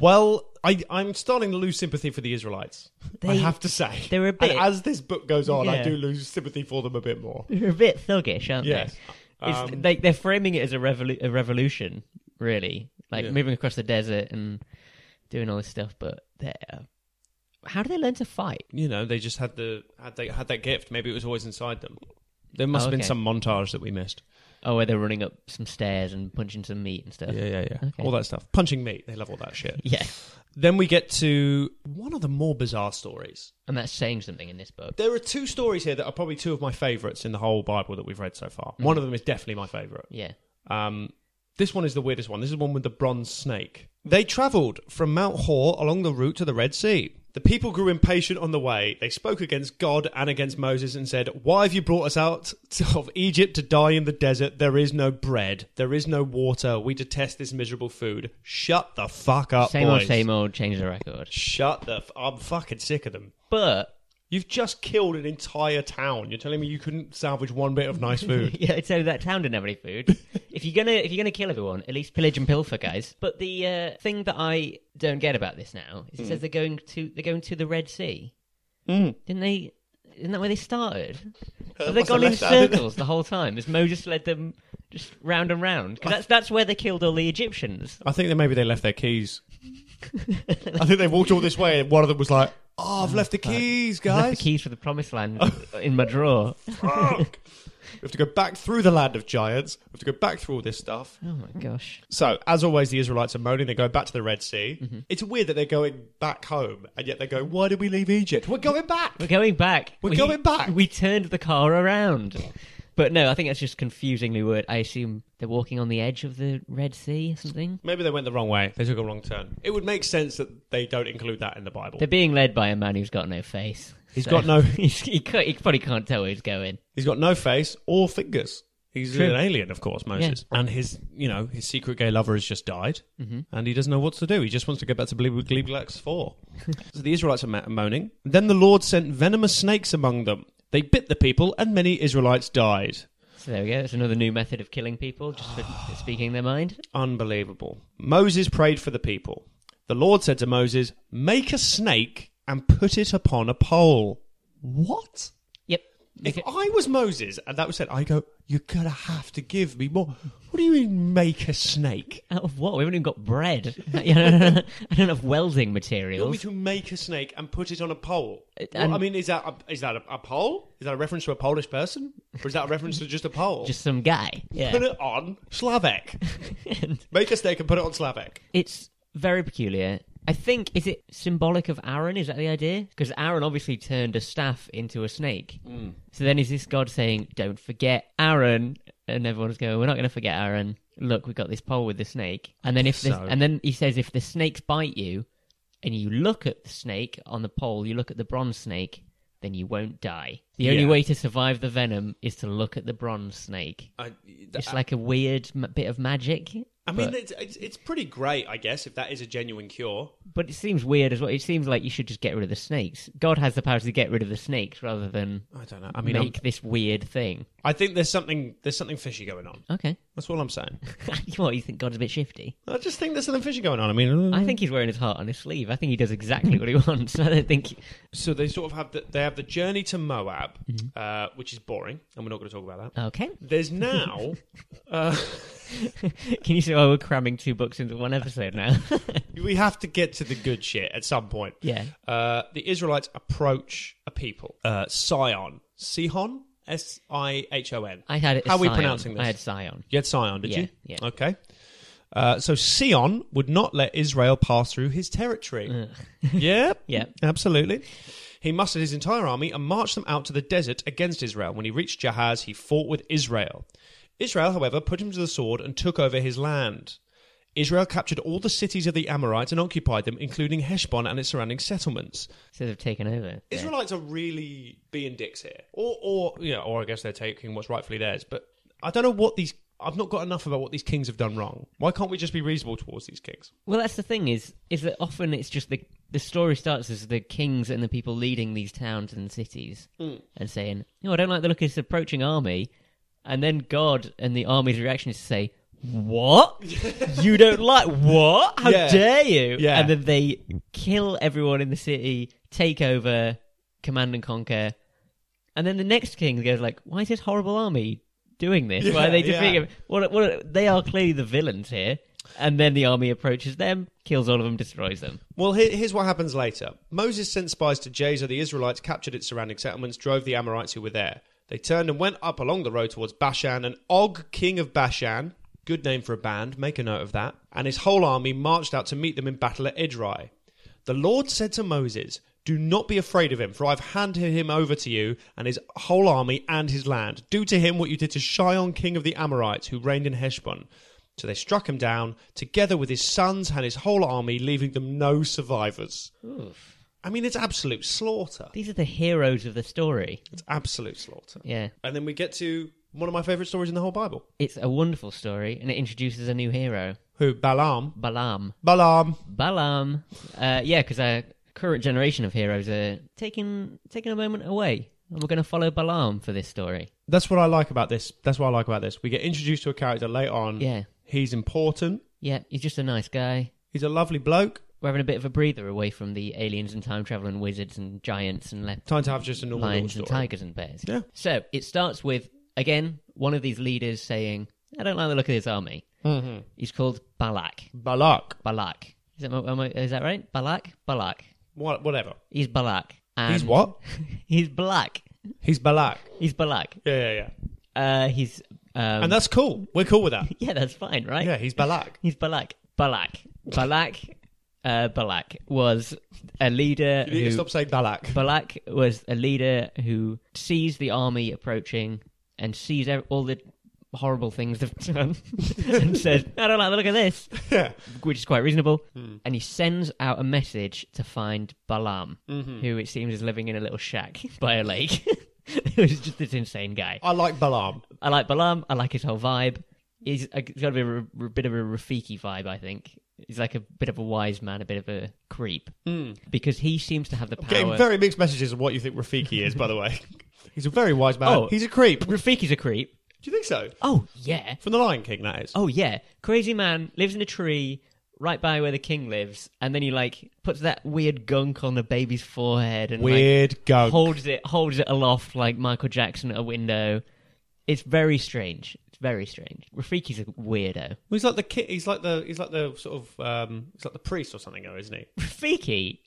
Well, I, I'm starting to lose sympathy for the Israelites. I
They-
have to say,
they're a
And
bit-
as this book goes on, I
Yeah.
do lose sympathy for them a bit more.
They're a bit thuggish, aren't
Yes.
they? It's,
Um,
they? They're framing it as a, revolu- a revolution, really. Like
Yeah.
moving across the desert and doing all this stuff, but they're. How do they learn to fight?
You know, they just had the had they had that gift. Maybe it was always inside them. There must have been
Okay.
some montage that we missed.
Oh, where they're running up some stairs and punching some meat and stuff.
Yeah, yeah, yeah.
Okay.
All that stuff. Punching meat. They love all that shit.
Yeah.
Then we get to one of the more bizarre stories.
And that's saying something in this book.
There are two stories here that are probably two of my favourites in the whole Bible that we've read so far.
Mm.
One of them is definitely my favourite.
Yeah.
Um, this one is the weirdest one. This is the one with the bronze snake. They travelled from Mount Hor along the route to the Red Sea. The people grew impatient on the way. They spoke against God and against Moses and said, Why have you brought us out of Egypt to die in the desert? There is no bread. There is no water. We detest this miserable food. Shut the fuck up,
same
boys.
old, same old, change the record.
Shut the... F- I'm fucking sick of them.
But,
You've just killed an entire town. You're telling me you couldn't salvage one bit of nice food.
yeah, so that town didn't have any food. if you're gonna, if you're gonna kill everyone, at least pillage and pilfer, guys. But the uh, thing that I don't get about this now is it
Mm.
says they're going to, they're going to the Red Sea. Didn't they? Isn't that where they started? Have they
must have
gone in
Uh, left out, didn't they?
circles the whole time? Has Moses led them just round and round? Because that's that's where they killed all the Egyptians.
I think that maybe they left their keys. I think they walked all this way, and one of them was like, "Oh, I've left the keys,
I left
guys.
the keys for the promised land in my drawer.
Fuck. we have to go back through the land of giants. We have to go back through all this stuff."
Oh my gosh.
So, as always, the Israelites are moaning. They go back to the Red Sea.
Mm-hmm.
It's weird that they're going back home, and yet they're going, "Why did we leave Egypt? We're going back."
We're going back.
We're
We-
going back.
We turned the car around. But no, I think that's just confusingly worded. I assume they're walking on the edge of the Red Sea or something.
Maybe they went the wrong way. They took a wrong turn. It would make sense that they don't include that in the Bible.
They're being led by a man who's got no face.
He's
He's
got no-
He's, he, can't, he probably can't tell where he's going.
He's got no face or fingers. He's
True.
an alien, of course, Moses. And his, you know, his secret gay lover has just died, and he doesn't know what to do. He just wants to go back to Gleeblax 4. so the Israelites are ma- moaning. Then the Lord sent venomous snakes among them. They bit the people, and many Israelites died.
So there we go. That's another new method of killing people, just for speaking their mind.
Unbelievable. Moses prayed for the people. The Lord said to Moses, Make a snake and put it upon a pole. What?
Yep.
If
Okay.
I was Moses and that was said, I go, you're going to have to give me more. What do you mean, make a snake?
Out of what? We haven't even got bread. You know, I don't have welding
You want me
materials.
to make a snake and put it on a pole?
It-
Well,
and-
I mean, is that, a, is that a, a pole? Is that a reference to a Polish person? Or is that a reference to just a pole?
Just some guy.
put
Yeah.
it on Slavic.
And-
Make a snake and put it on Slavic.
It's very peculiar. I think is it symbolic of Aaron? Is that the idea? Because Aaron obviously turned a staff into a snake.
Hmm.
So then is this God saying, "Don't forget Aaron"? And everyone's going, "We're not going to forget Aaron. Look, we got this pole with the snake." And then if the,
So-
and then he says, "If the snakes bite you, and you look at the snake on the pole, you look at the bronze snake." Then you won't die. The only
Yeah.
way to survive the venom is to look at the bronze snake.
I,
It's like a weird m- bit of magic.
I mean,
But-
it's, it's it's pretty great, I guess, if that is a genuine cure.
But it seems weird as well. It seems like you should just get rid of the snakes. God has the power to get rid of the snakes rather than
I don't know. I mean, I'm-
make this weird thing.
I think there's something there's something fishy going on.
Okay.
That's all I'm saying.
what, you think God's a bit shifty?
I just think there's something fishy going on. I mean,
I think he's wearing his heart on his sleeve. I think he does exactly what he wants. I don't think.
so they sort of have the, they have the journey to Moab,
Mm-hmm.
uh, which is boring, and we're not going to talk about that.
Okay.
There's now, uh,
Can you see why we're cramming two books into one episode now?
we have to get to the good shit at some point.
yeah.
Uh, the Israelites approach a people, uh, Sion, Sihon, S I H O N.
I had it.
How are we
Sion.
pronouncing this?
I had Sion.
You had Sion, did
Yeah,
you?
yeah.
Okay. Uh, so Sion would not let Israel pass through his territory. yep.
Yep.
Absolutely. He mustered his entire army and marched them out to the desert against Israel. When he reached Jahaz, he fought with Israel. Israel, however, put him to the sword and took over his land. Israel captured all the cities of the Amorites and occupied them, including Heshbon and its surrounding settlements.
So they've taken over. Yeah.
Israelites are really being dicks here, or or you know, or I guess they're taking what's rightfully theirs. But I don't know what these. I've not got enough about what these kings have done wrong. Why can't we just be reasonable towards these kings?
Well, that's the thing is, is that often it's just the the story starts as the kings and the people leading these towns and cities
Hmm.
and saying, "No, I don't like the look of this approaching army," and then God and the army's reaction is to say, "What? you don't like what? How
Yeah.
dare you?"
Yeah.
And then they kill everyone in the city, take over, command and conquer, and then the next king goes like, "Why is this horrible army?" Doing this, why are they
Yeah, yeah.
defeating him? What, what, they are clearly the villains here. And then the army approaches them, kills all of them, destroys them.
Well, here, here's what happens later. Moses sent spies to Jazer. The Israelites captured its surrounding settlements, drove the Amorites who were there. They turned and went up along the road towards Bashan, and Og, king of Bashan, good name for a band, make a note of that, and his whole army marched out to meet them in battle at Idrai. The Lord said to Moses, Do not be afraid of him, for I've handed him over to you and his whole army and his land. Do to him what you did to Shion, king of the Amorites, who reigned in Heshbon. So they struck him down, together with his sons and his whole army, leaving them no survivors.
Oof.
I mean, it's absolute slaughter.
These are the heroes of the story.
It's absolute slaughter.
Yeah.
And then we get to one of my favourite stories in the whole Bible.
It's a wonderful story, and it introduces a new hero,
Who? Balaam.
Balaam.
Balaam.
Balaam. Uh, yeah, because our current generation of heroes are taking, taking a moment away. And we're going to follow Balaam for this story.
That's what I like about this. That's what I like about this. We get introduced to a character later on.
Yeah.
He's important.
Yeah, he's just a nice guy.
He's a lovely bloke.
We're having a bit of a breather away from the aliens and time travel and wizards and giants and left
Time to have just a normal
lions
story.
and tigers and bears.
Yeah.
So it starts with again one of these leaders saying, "I don't like the look of this army."
Mm-hmm.
He's called Balak.
Balak.
Balak. Is that, am I- is that right? Balak. Balak.
What, whatever.
He's Balak. And
he's what?
He's black.
He's Balak.
He's Balak.
Yeah, yeah, yeah.
Uh, he's. Um,
And that's cool. We're cool with that.
yeah, that's fine, right?
Yeah, he's Balak.
He's Balak. Balak. Balak. Uh, Balak was a leader.
You need to
who-
stop saying Balak.
Balak was a leader who sees the army approaching and sees ev- all the horrible things they've done and says, I don't like the look of this,
Yeah.
which is quite reasonable. And he sends out a message to find Balaam, who it seems is living in a little shack by a lake. Who's just this insane guy.
I like Balaam.
I like Balaam. I like his whole vibe. He's, uh, he's got a bit of a, a bit of a Rafiki vibe, I think. He's like a bit of a wise man, a bit of a creep. Because he seems to have the power.
Getting very mixed messages of what you think Rafiki is, by the way. He's a very wise man.
Oh.
He's a creep. Do
Rafiki's a creep.
you think so?
Oh yeah.
From The Lion King, that is.
Oh yeah. Crazy man lives in a tree right by where the king lives, and then he like puts that weird gunk on the baby's forehead and
Weird
like
gunk.
holds it holds it aloft like Michael Jackson at a window. It's very strange. It's very strange. Rafiki's a weirdo.
he's like the ki- He's like the. He's like the sort of. Um, he's like the priest or something, though, isn't he?
Rafiki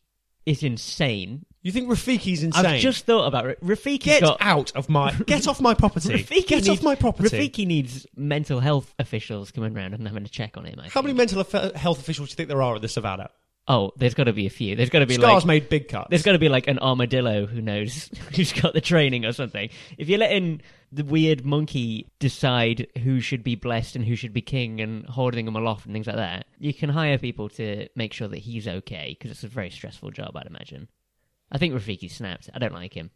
is insane.
You think Rafiki's insane?
I've just thought about it. Rafiki
get
got
out of my. Get off my property.
Rafiki
get off
needs-
my property.
Rafiki needs mental health officials coming round and having a check on him. I
How
think.
many mental aff- health officials do you think there are in the savannah?
Oh, there's got to be a few. There's got to be like
Scars made big cuts.
There's got to be like an armadillo who knows who's got the training or something. If you're letting the weird monkey decide who should be blessed and who should be king and holding him aloft and things like that, you can hire people to make sure that he's okay because it's a very stressful job, I'd imagine. I think Rafiki snapped. I don't like him.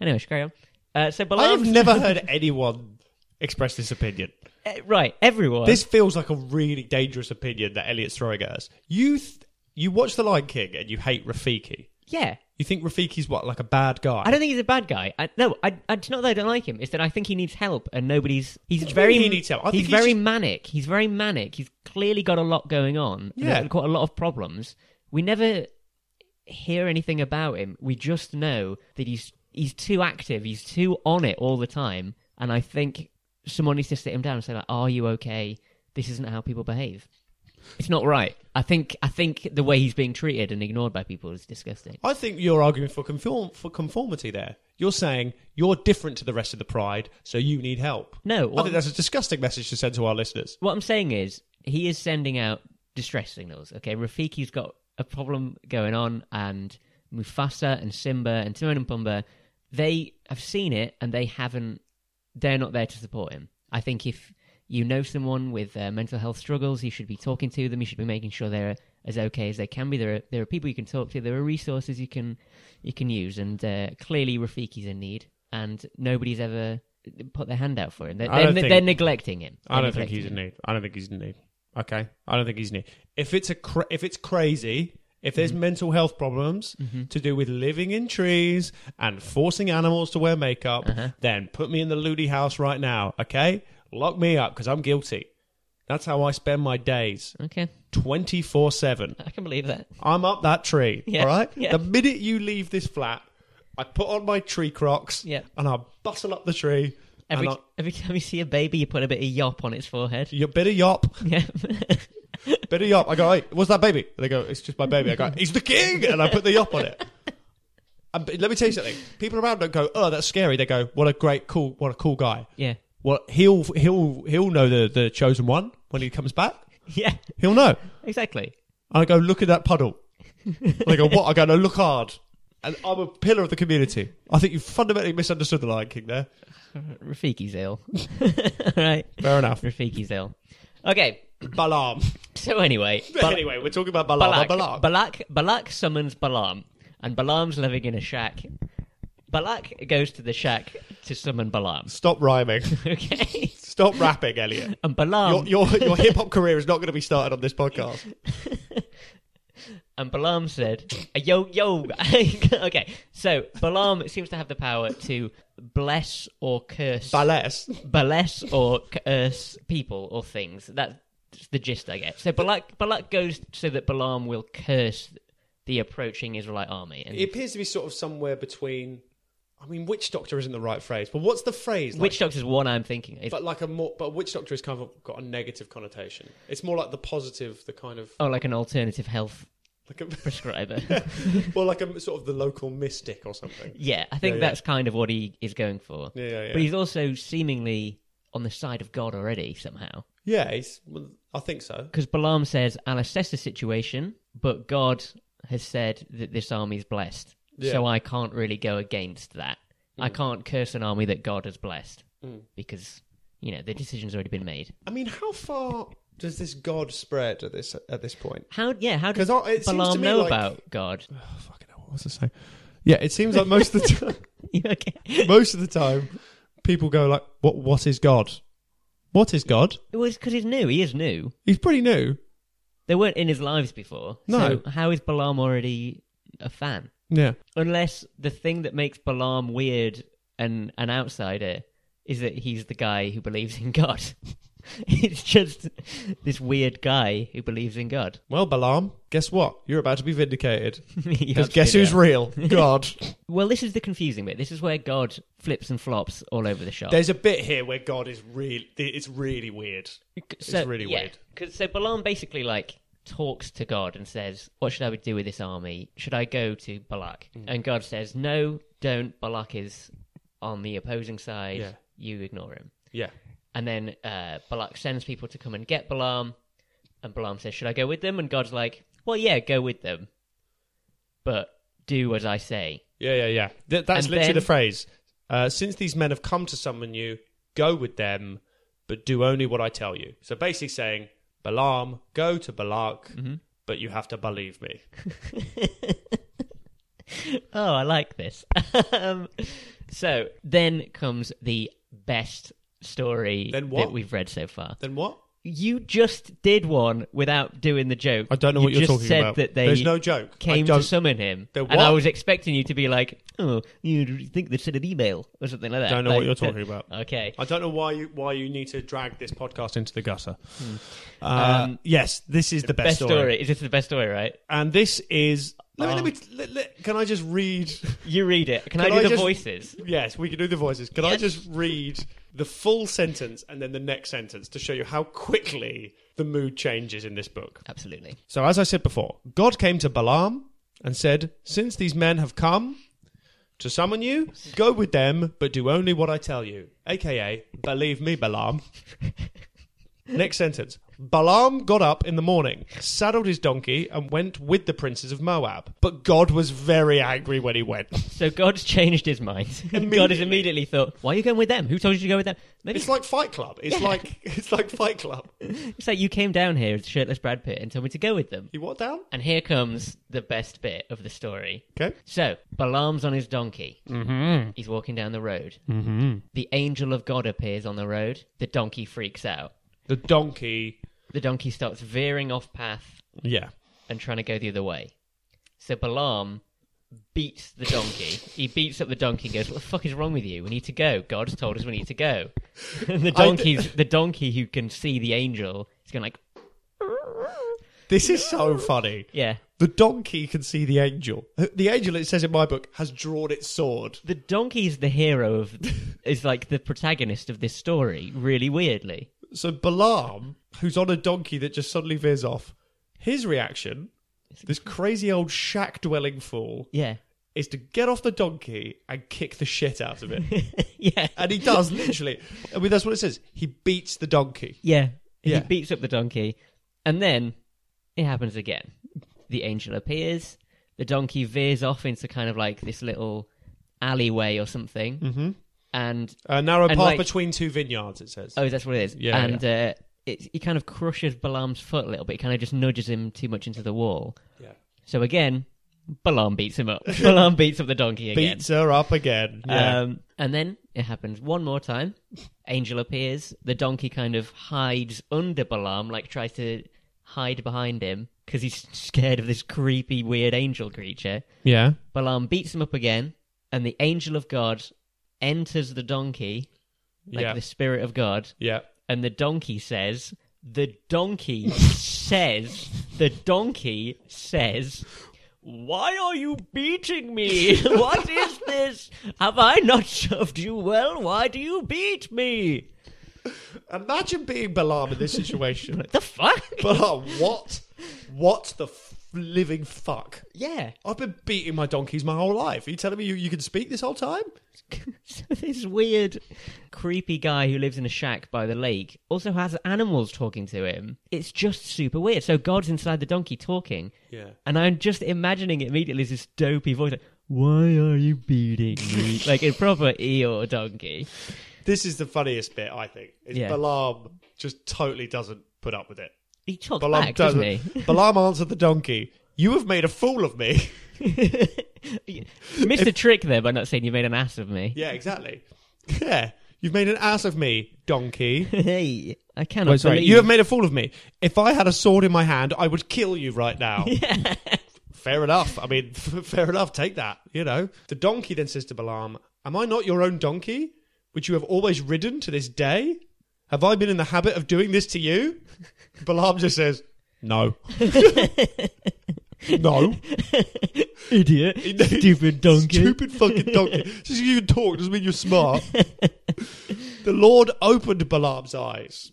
Anyway, should carry on. Uh,
I
so
have
Balaam,
never heard anyone expressed this opinion.
Eh, right, everyone.
This feels like a really dangerous opinion that Elliot's throwing at us. You th- you watch The Lion King and you hate Rafiki.
yeah,
You think Rafiki's what, like a bad guy?
I don't think he's a bad guy. I, no, I, I, it's not that I don't like him. It's that I think he needs help, and nobody's. He's
do you
very.
mean he needs help? I think
he's
he's
very
just-
manic. He's very manic. He's clearly got a lot going on. and
Yeah.
and quite a lot of problems. We never hear anything about him. We just know that he's he's too active. He's too on it all the time. And I think someone needs to sit him down and say, like, "Are you okay? This isn't how people behave. It's not right." I think I think the way he's being treated and ignored by people is disgusting.
I think you're arguing for conform for conformity there. You're saying you're different to the rest of the pride, so you need help.
No,
I
what-
think that's a disgusting message to send to our listeners.
what I'm saying is he is sending out distress signals. Okay, Rafiki's got a problem going on, and Mufasa and Simba and Timon and Pumbaa, they have seen it, and they haven't. They're not there to support him. I think if you know someone with uh, mental health struggles, you should be talking to them. You should be making sure they're as okay as they can be. There are there are people you can talk to. There are resources you can you can use, and uh, clearly Rafiki's in need, and nobody's ever put their hand out for him. They're,
I don't
they're,
think-
they're neglecting him.
I don't
They're
think he's in
neglecting him.
need. I don't think he's in need. Okay, I don't think he's in need. If it's a cra- if it's crazy, if there's
Mm-hmm.
mental health problems to do with living in trees and forcing animals to wear makeup,
Uh-huh.
then put me in the Looney house right now. Okay, lock me up because I'm guilty. That's how I spend my days,
Okay.
twenty four seven.
I can believe that.
I'm up that tree.
Yeah,
All right.
yeah.
The minute you leave this flat, I put on my tree crocs.
Yeah.
And I bustle up the tree.
Every
and I,
every time you see a baby, you put a bit of yop on its forehead.
you better yop,
Yeah.
better yop. I go, hey, what's that baby? They go, it's just my baby. I go, he's the king, and I put the yop on it. And but let me tell you something. People around don't go, oh, that's scary. They go, what a great, cool, what a cool guy.
yeah.
Well, he'll he'll he'll know the the chosen one when he comes back.
Yeah.
He'll know.
Exactly.
And I go, look at that puddle. They go, what? I go, no, look hard. And I'm a pillar of the community. I think you fundamentally misunderstood the Lion King there.
Rafiki's ill. All right.
Fair enough.
Rafiki's ill. Okay.
Balaam.
So anyway, Bal-
anyway, we're talking about Balaam.
Balak,
Balaam.
Balak, Balak summons Balaam, and Balaam's living in a shack. Balak goes to the shack to summon Balaam.
Stop rhyming.
Okay.
Stop rapping, Elliot.
And Balaam
Your your, your hip hop career is not going to be started on this podcast.
And Balaam said, "Yo, yo." okay, so Balaam seems to have the power to bless or curse,
Ballas.
bless or curse people or things. That's the gist I get. So Balak, Balak goes so that Balaam will curse the approaching Israelite army. And
It appears to be sort of somewhere between. I mean, witch doctor isn't the right phrase, but what's the phrase? Like,
Witch Doctor's one I'm thinking. It's,
But like a more, but witch doctor has kind of got a negative connotation. It's more like the positive, the kind of
oh, like an alternative health
like a,
prescriber.
well, like a sort of the local mystic or something.
yeah, I think
Yeah, yeah.
that's kind of what he is going for.
Yeah, yeah, yeah.
But he's also seemingly on the side of God already somehow.
yeah, he's, well, I think so.
because Balaam says, I'll assess the situation, but God has said that this army is
Yeah.
blessed.
Mm.
So I can't really go against that. I can't curse an army that God has blessed because, you know, the decision's already been made.
I mean, how far does this god spread at this at this point?
How, yeah, how
'Cause
does
I- it seems to
Balaam
me
know
like-
about God?
Oh, fucking hell, what was I saying? Yeah, it seems like most of the time,
You okay?
most of the time, people go like, "What? What is God? What is God?"
It was because he's new. He is new.
He's pretty new.
They weren't in his lives before.
No.
So how is Balaam already a fan?
Yeah,
Unless the thing that makes Balaam weird and an outsider is that he's the guy who believes in God. it's just this weird guy who believes in God.
Well, Balaam, guess what? You're about to be vindicated.
You
Because
absolutely
guess who's
are.
real? God.
Well, this is the confusing bit. This is where God flips and flops all over the shop.
There's a bit here where God is really. It's really weird.
so,
really weird.
Cause, so Balaam basically like talks to God and says, "What should I do with this army? Should I go to Balak?"
Mm.
And God says, "No, don't. Balak is on the opposing side.
Yeah.
You ignore him."
Yeah.
And then uh, Balak sends people to come and get Balaam. And Balaam says, Should I go with them? And God's like, Well, yeah, go with them. But do as I say.
Yeah, yeah, yeah. Th- that's
And
literally
then-
the phrase. Uh, Since these men have come to summon you, go with them, but do only what I tell you. So basically saying, Balaam, go to Balak,
Mm-hmm.
but you have to believe me.
Oh, I like this. um, so then comes the best story
Then what?
that we've read so far.
Then what?
You just did one without doing the joke.
I don't know
You
what you're
just
talking
said
about.
That they
There's no joke. I
came to
don't-
summon him,
There
and I
what?
was expecting you to be like, "Oh, you think they sent an email or something like that."
Don't know
Like,
what you're talking about.
Okay,
I don't know why you why you need to drag this podcast into the gutter. Uh,
Hmm. Um,
yes, this is the best,
best story. Is this the best story? Right?
and this is. Let me,
Oh.
let me, let, let- can I just read?
You read it. Can, I
Can
do
I
the
just-
voices?
yes, we can do the voices. Can I
Yes.
just read the full sentence and then the next sentence to show you how quickly the mood changes in this book?
Absolutely.
So, as I said before, God came to Balaam and said, Since these men have come to summon you, go with them, but do only what I tell you. AKA, believe me, Balaam. Next sentence. Balaam got up in the morning, saddled his donkey, and went with the princes of Moab. But God was very angry when he went.
So God's changed his mind. God has
Immediately.
immediately thought, "Why are you going with them? Who told you to go with them?" Maybe
It's like Fight Club. It's
Yeah.
like it's like Fight Club.
it's like you came down here as shirtless Brad Pitt and told me to go with them.
You what down?
And here comes the best bit of the story.
Okay.
So, Balaam's on his donkey. Mm-hmm. He's walking down the road. Mm-hmm. The angel of God appears on the road. The donkey freaks out.
The donkey.
The donkey starts veering off path
Yeah.
and trying to go the other way. So, Balaam beats the donkey. he beats up the donkey and goes, What the fuck is wrong with you? We need to go. God's told us we need to go. And the, donkey's, the donkey who can see the angel is going, like,
This is so funny.
Yeah.
The donkey can see the angel. The angel, it says in my book, has drawn its sword.
The donkey is the hero of, is like the protagonist of this story, really weirdly.
So Balaam, who's on a donkey that just suddenly veers off, his reaction, this crazy old shack dwelling fool,
Yeah.
is to get off the donkey and kick the shit out of it.
yeah.
and he does, literally. I mean, that's what it says. He beats the donkey.
Yeah.
Yeah.
He beats up the donkey. And then it happens again. The angel appears. The donkey veers off into kind of like this little alleyway or something. Mm-hmm. And,
A narrow path
And, like-
between two vineyards, it says.
oh, that's what it is.
Yeah,
And Uh, it, he kind of crushes Balaam's foot a little bit. He kind of just nudges him too much into the wall.
Yeah.
So again, Balaam beats him up. Balaam beats up the donkey again.
Beats her up again. Yeah.
Um, and then it happens one more time. Angel appears. The donkey kind of hides under Balaam, like tries to hide behind him because he's scared of this creepy, weird angel creature.
Yeah.
Balaam beats him up again, and the angel of God enters the donkey, like
Yeah.
the spirit of God,
yeah.
and the donkey says, The donkey says, the donkey says, Why are you beating me? What is this? Have I not served you well? Why do you beat me?
Imagine being Balaam in this situation.
What the fuck?
Balaam, uh, what? What the f- living fuck?
yeah.
I've been beating my donkeys my whole life. Are you telling me you, you can speak this whole time?
So this weird, creepy guy who lives in a shack by the lake also has animals talking to him. It's just super weird. So God's inside the donkey talking,
Yeah.
And I'm just imagining it immediately as this dopey voice. Like, Why are you beating me? like a proper Eeyore donkey.
This is the funniest bit, I think. Is
Yeah.
Balaam just totally doesn't put up with it.
He talks
Balaam
back, doesn't he?
doesn't. Balaam answered the donkey, You have made a fool of me.
You Missed a trick there by not saying you made an ass of me.
yeah, exactly. Yeah. You've made an ass of me, donkey.
hey, I cannot
Wait, sorry.
believe
You have made a fool of me. If I had a sword in my hand, I would kill you right now. Fair enough. I mean, fair enough. Take that, you know. The donkey then says to Balaam, Am I not your own donkey, which you have always ridden to this day? Have I been in the habit of doing this to you? Balaam just says, No. no.
idiot, stupid donkey.
Stupid fucking donkey. Just because you can talk doesn't mean you're smart. the Lord opened Balaam's eyes.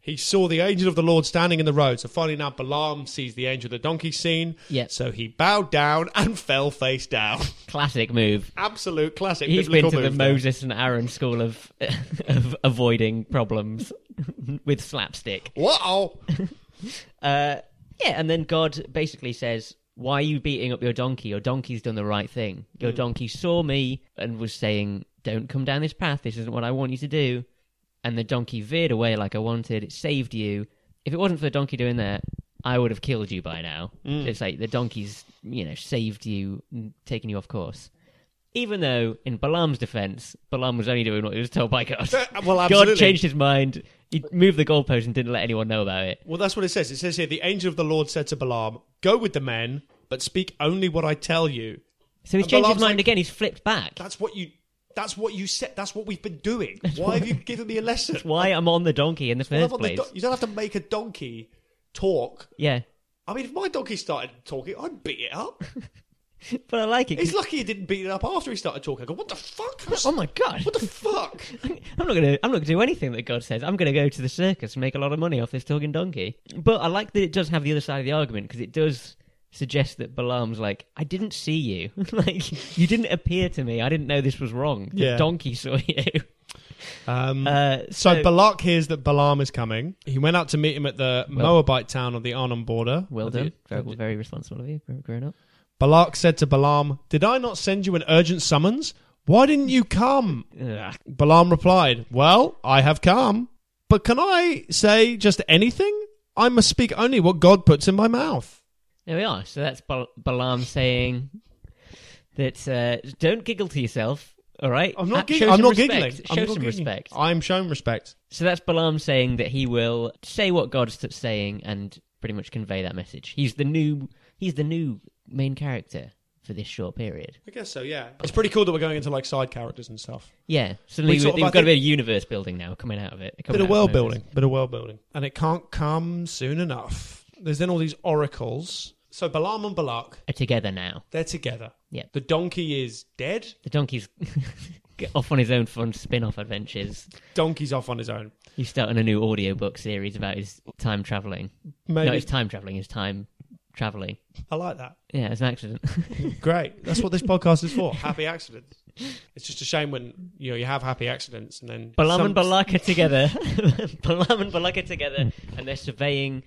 He saw the angel of the Lord standing in the road. So finally, now Balaam sees the angel of the donkey scene.
Yep.
So he bowed down and fell face down.
Classic move.
Absolute classic.
He's been
biblical
to the
move there.
Moses and Aaron school of of avoiding problems with slapstick.
Wow.
Uh, yeah, and then God basically says, "Why are you beating up your donkey? Your donkey's done the right thing. Your
Hmm.
donkey saw me and was saying, "Don't come down this path. This isn't what I want you to do." And the donkey veered away like I wanted. It saved you. If it wasn't for the donkey doing that, I would have killed
Hmm.
you by now. It's like the donkey's, you know, saved you, and taken you off course. Even though, in Balaam's defense, Balaam was only doing what he was told by God.
Uh, well, absolutely.
God changed his mind. He moved the goalpost and didn't let anyone know about it.
Well, that's what it says. It says here, the angel of the Lord said to Balaam, "Go with the men, but speak only what I tell you."
So he's
And
changed his
Balaam's
mind
Uh, like-
again. He's flipped back.
That's what you. That's what you said. That's what we've been doing. Why have you given me a lesson?
Why I'm on the donkey in the
Well,
first
I've got the
place.
don- you don't have to make a donkey talk.
yeah,
I mean, if my donkey started talking, I'd beat it up.
but I like it. 'cause-
He's lucky he didn't beat it up after he started talking. I go, what the fuck?
Oh my god!
What the fuck?
I'm not gonna. I'm not gonna do anything that God says. I'm gonna go to the circus and make a lot of money off this talking donkey. But I like that it does have the other side of the argument because it does suggest that Balaam's like, I didn't see you. like you didn't appear to me. I didn't know this was wrong.
Yeah.
The donkey saw you.
Um,
Uh,
so,
so,
Balak hears that Balaam is coming. He went out to meet him at the
Well-
Moabite town on the Arnon border.
well
At the-
done. Very, very responsible of you, grown up.
Balak said to Balaam, Did I not send you an urgent summons? Why didn't you come?
Ugh.
Balaam replied, Well, I have come. But can I say just anything? I must speak only what God puts in my mouth.
There we are. So that's Bal- Balaam saying that uh, don't giggle to yourself. All right,
I'm not,
Uh,
gig-
show
I'm
some
not
respect.
giggling.
Show
I'm not
some
giggling.
respect.
I'm showing respect.
So that's Balaam saying that he will say what God's t- saying and pretty much convey that message. He's the new he's the new main character for this short period.
I guess so, yeah. It's pretty cool that we're going into like side characters and stuff.
Yeah, suddenly
We
we
sort of- I
have got a
think-
bit of universe building now coming out of it.
Bit
coming
of
out
world
Moses.
building. Bit of world building.
And it can't come soon enough. There's then all these oracles. So Balaam and Balak,
Are together now.
they're together.
Yeah.
The donkey is dead.
The donkey's get off on his own fun spin-off adventures.
Donkey's off on his own.
He's starting a new audiobook series about his time traveling.
Maybe.
Not his time traveling, his time traveling.
I like that.
Yeah, it's an accident.
Great. That's what this podcast is for.
Happy accidents. It's just a shame when you know you have happy accidents and then
Balaam
some-
and Balak are together. Balaam and Balak are together, and they're surveying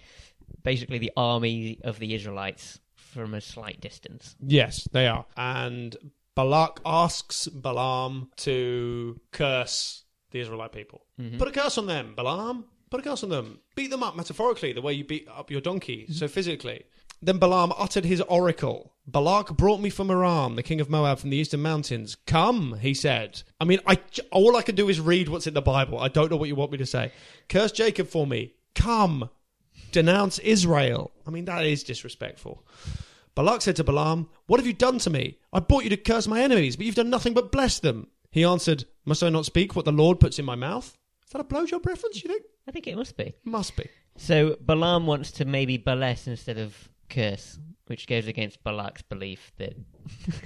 basically the army of the Israelites from a slight distance.
Yes, they are. And Balak asks Balaam to curse the Israelite people. Put a curse on them, Balaam. Put a curse on them. Beat them up metaphorically, the way you beat up your donkey, so physically. Then Balaam uttered his oracle. Balak brought me from Aram, the king of Moab, from the eastern mountains. Come, he said. I mean, I all I can do is read what's in the Bible. I don't know what you want me to say. Curse Jacob for me. Come, denounce Israel. I mean, that is disrespectful. Balak said to Balaam, What have you done to me? I brought you to curse my enemies, but you've done nothing but bless them. He answered, Must I not speak what the Lord puts in my mouth? Is that a blowjob reference, you think?
I think it must be.
Must be.
So Balaam wants to maybe bless instead of curse, which goes against Balak's belief that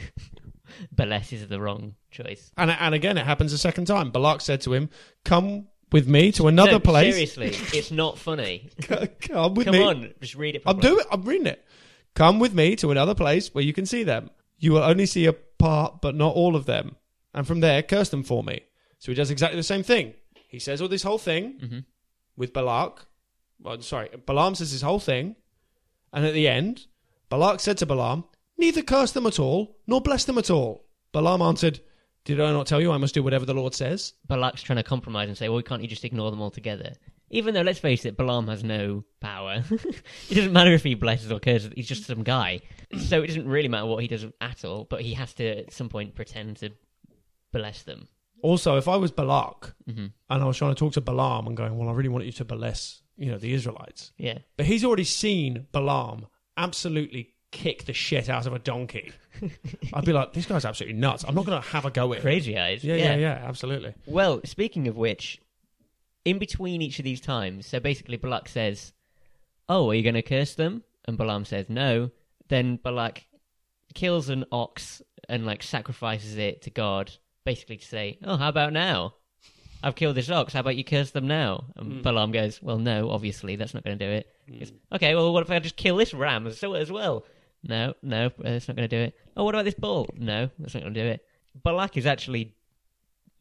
bless is the wrong choice.
And, and again, it happens a second time. Balak said to him, Come with me to another
no,
place.
Seriously, it's not funny.
Come with
Come
me.
on, just read it.
I'm
properly.
doing it. I'm reading it. Come with me to another place where you can see them. You will only see a part, but not all of them. And from there, curse them for me. So he does exactly the same thing. He says all this whole thing
Mhm.
with Balak. Well, sorry, Balaam says his whole thing. And at the end, Balak said to Balaam, Neither curse them at all, nor bless them at all. Balaam answered, Did I not tell you I must do whatever the Lord says?
Balak's trying to compromise and say, well, can't you just ignore them altogether? Even though, let's face it, Balaam has no power. it doesn't matter if he blesses or curses, he's just some guy. So it doesn't really matter what he does at all, but he has to, at some point, pretend to bless them.
Also, if I was Balak
Mhm.
and I was trying to talk to Balaam and going, Well, I really want you to bless, you know, the Israelites.
Yeah.
But he's already seen Balaam absolutely kick the shit out of a donkey. I'd be like, this guy's absolutely nuts. I'm not going to have a go at him.
Crazy eyes.
Yeah, yeah, yeah, absolutely.
Well, speaking of which, in between each of these times, so basically Balak says, Oh, are you going to curse them? And Balaam says, No. Then Balak kills an ox and like sacrifices it to God, basically to say, Oh, how about now? I've killed this ox. How about you curse them now? And Balaam goes, Well, no, obviously, that's not going to do it. He goes, okay, well, what if I just kill this ram and so as well? No, no, uh, that's not going to do it. Oh, what about this bull? No, that's not going to do it. Balak is actually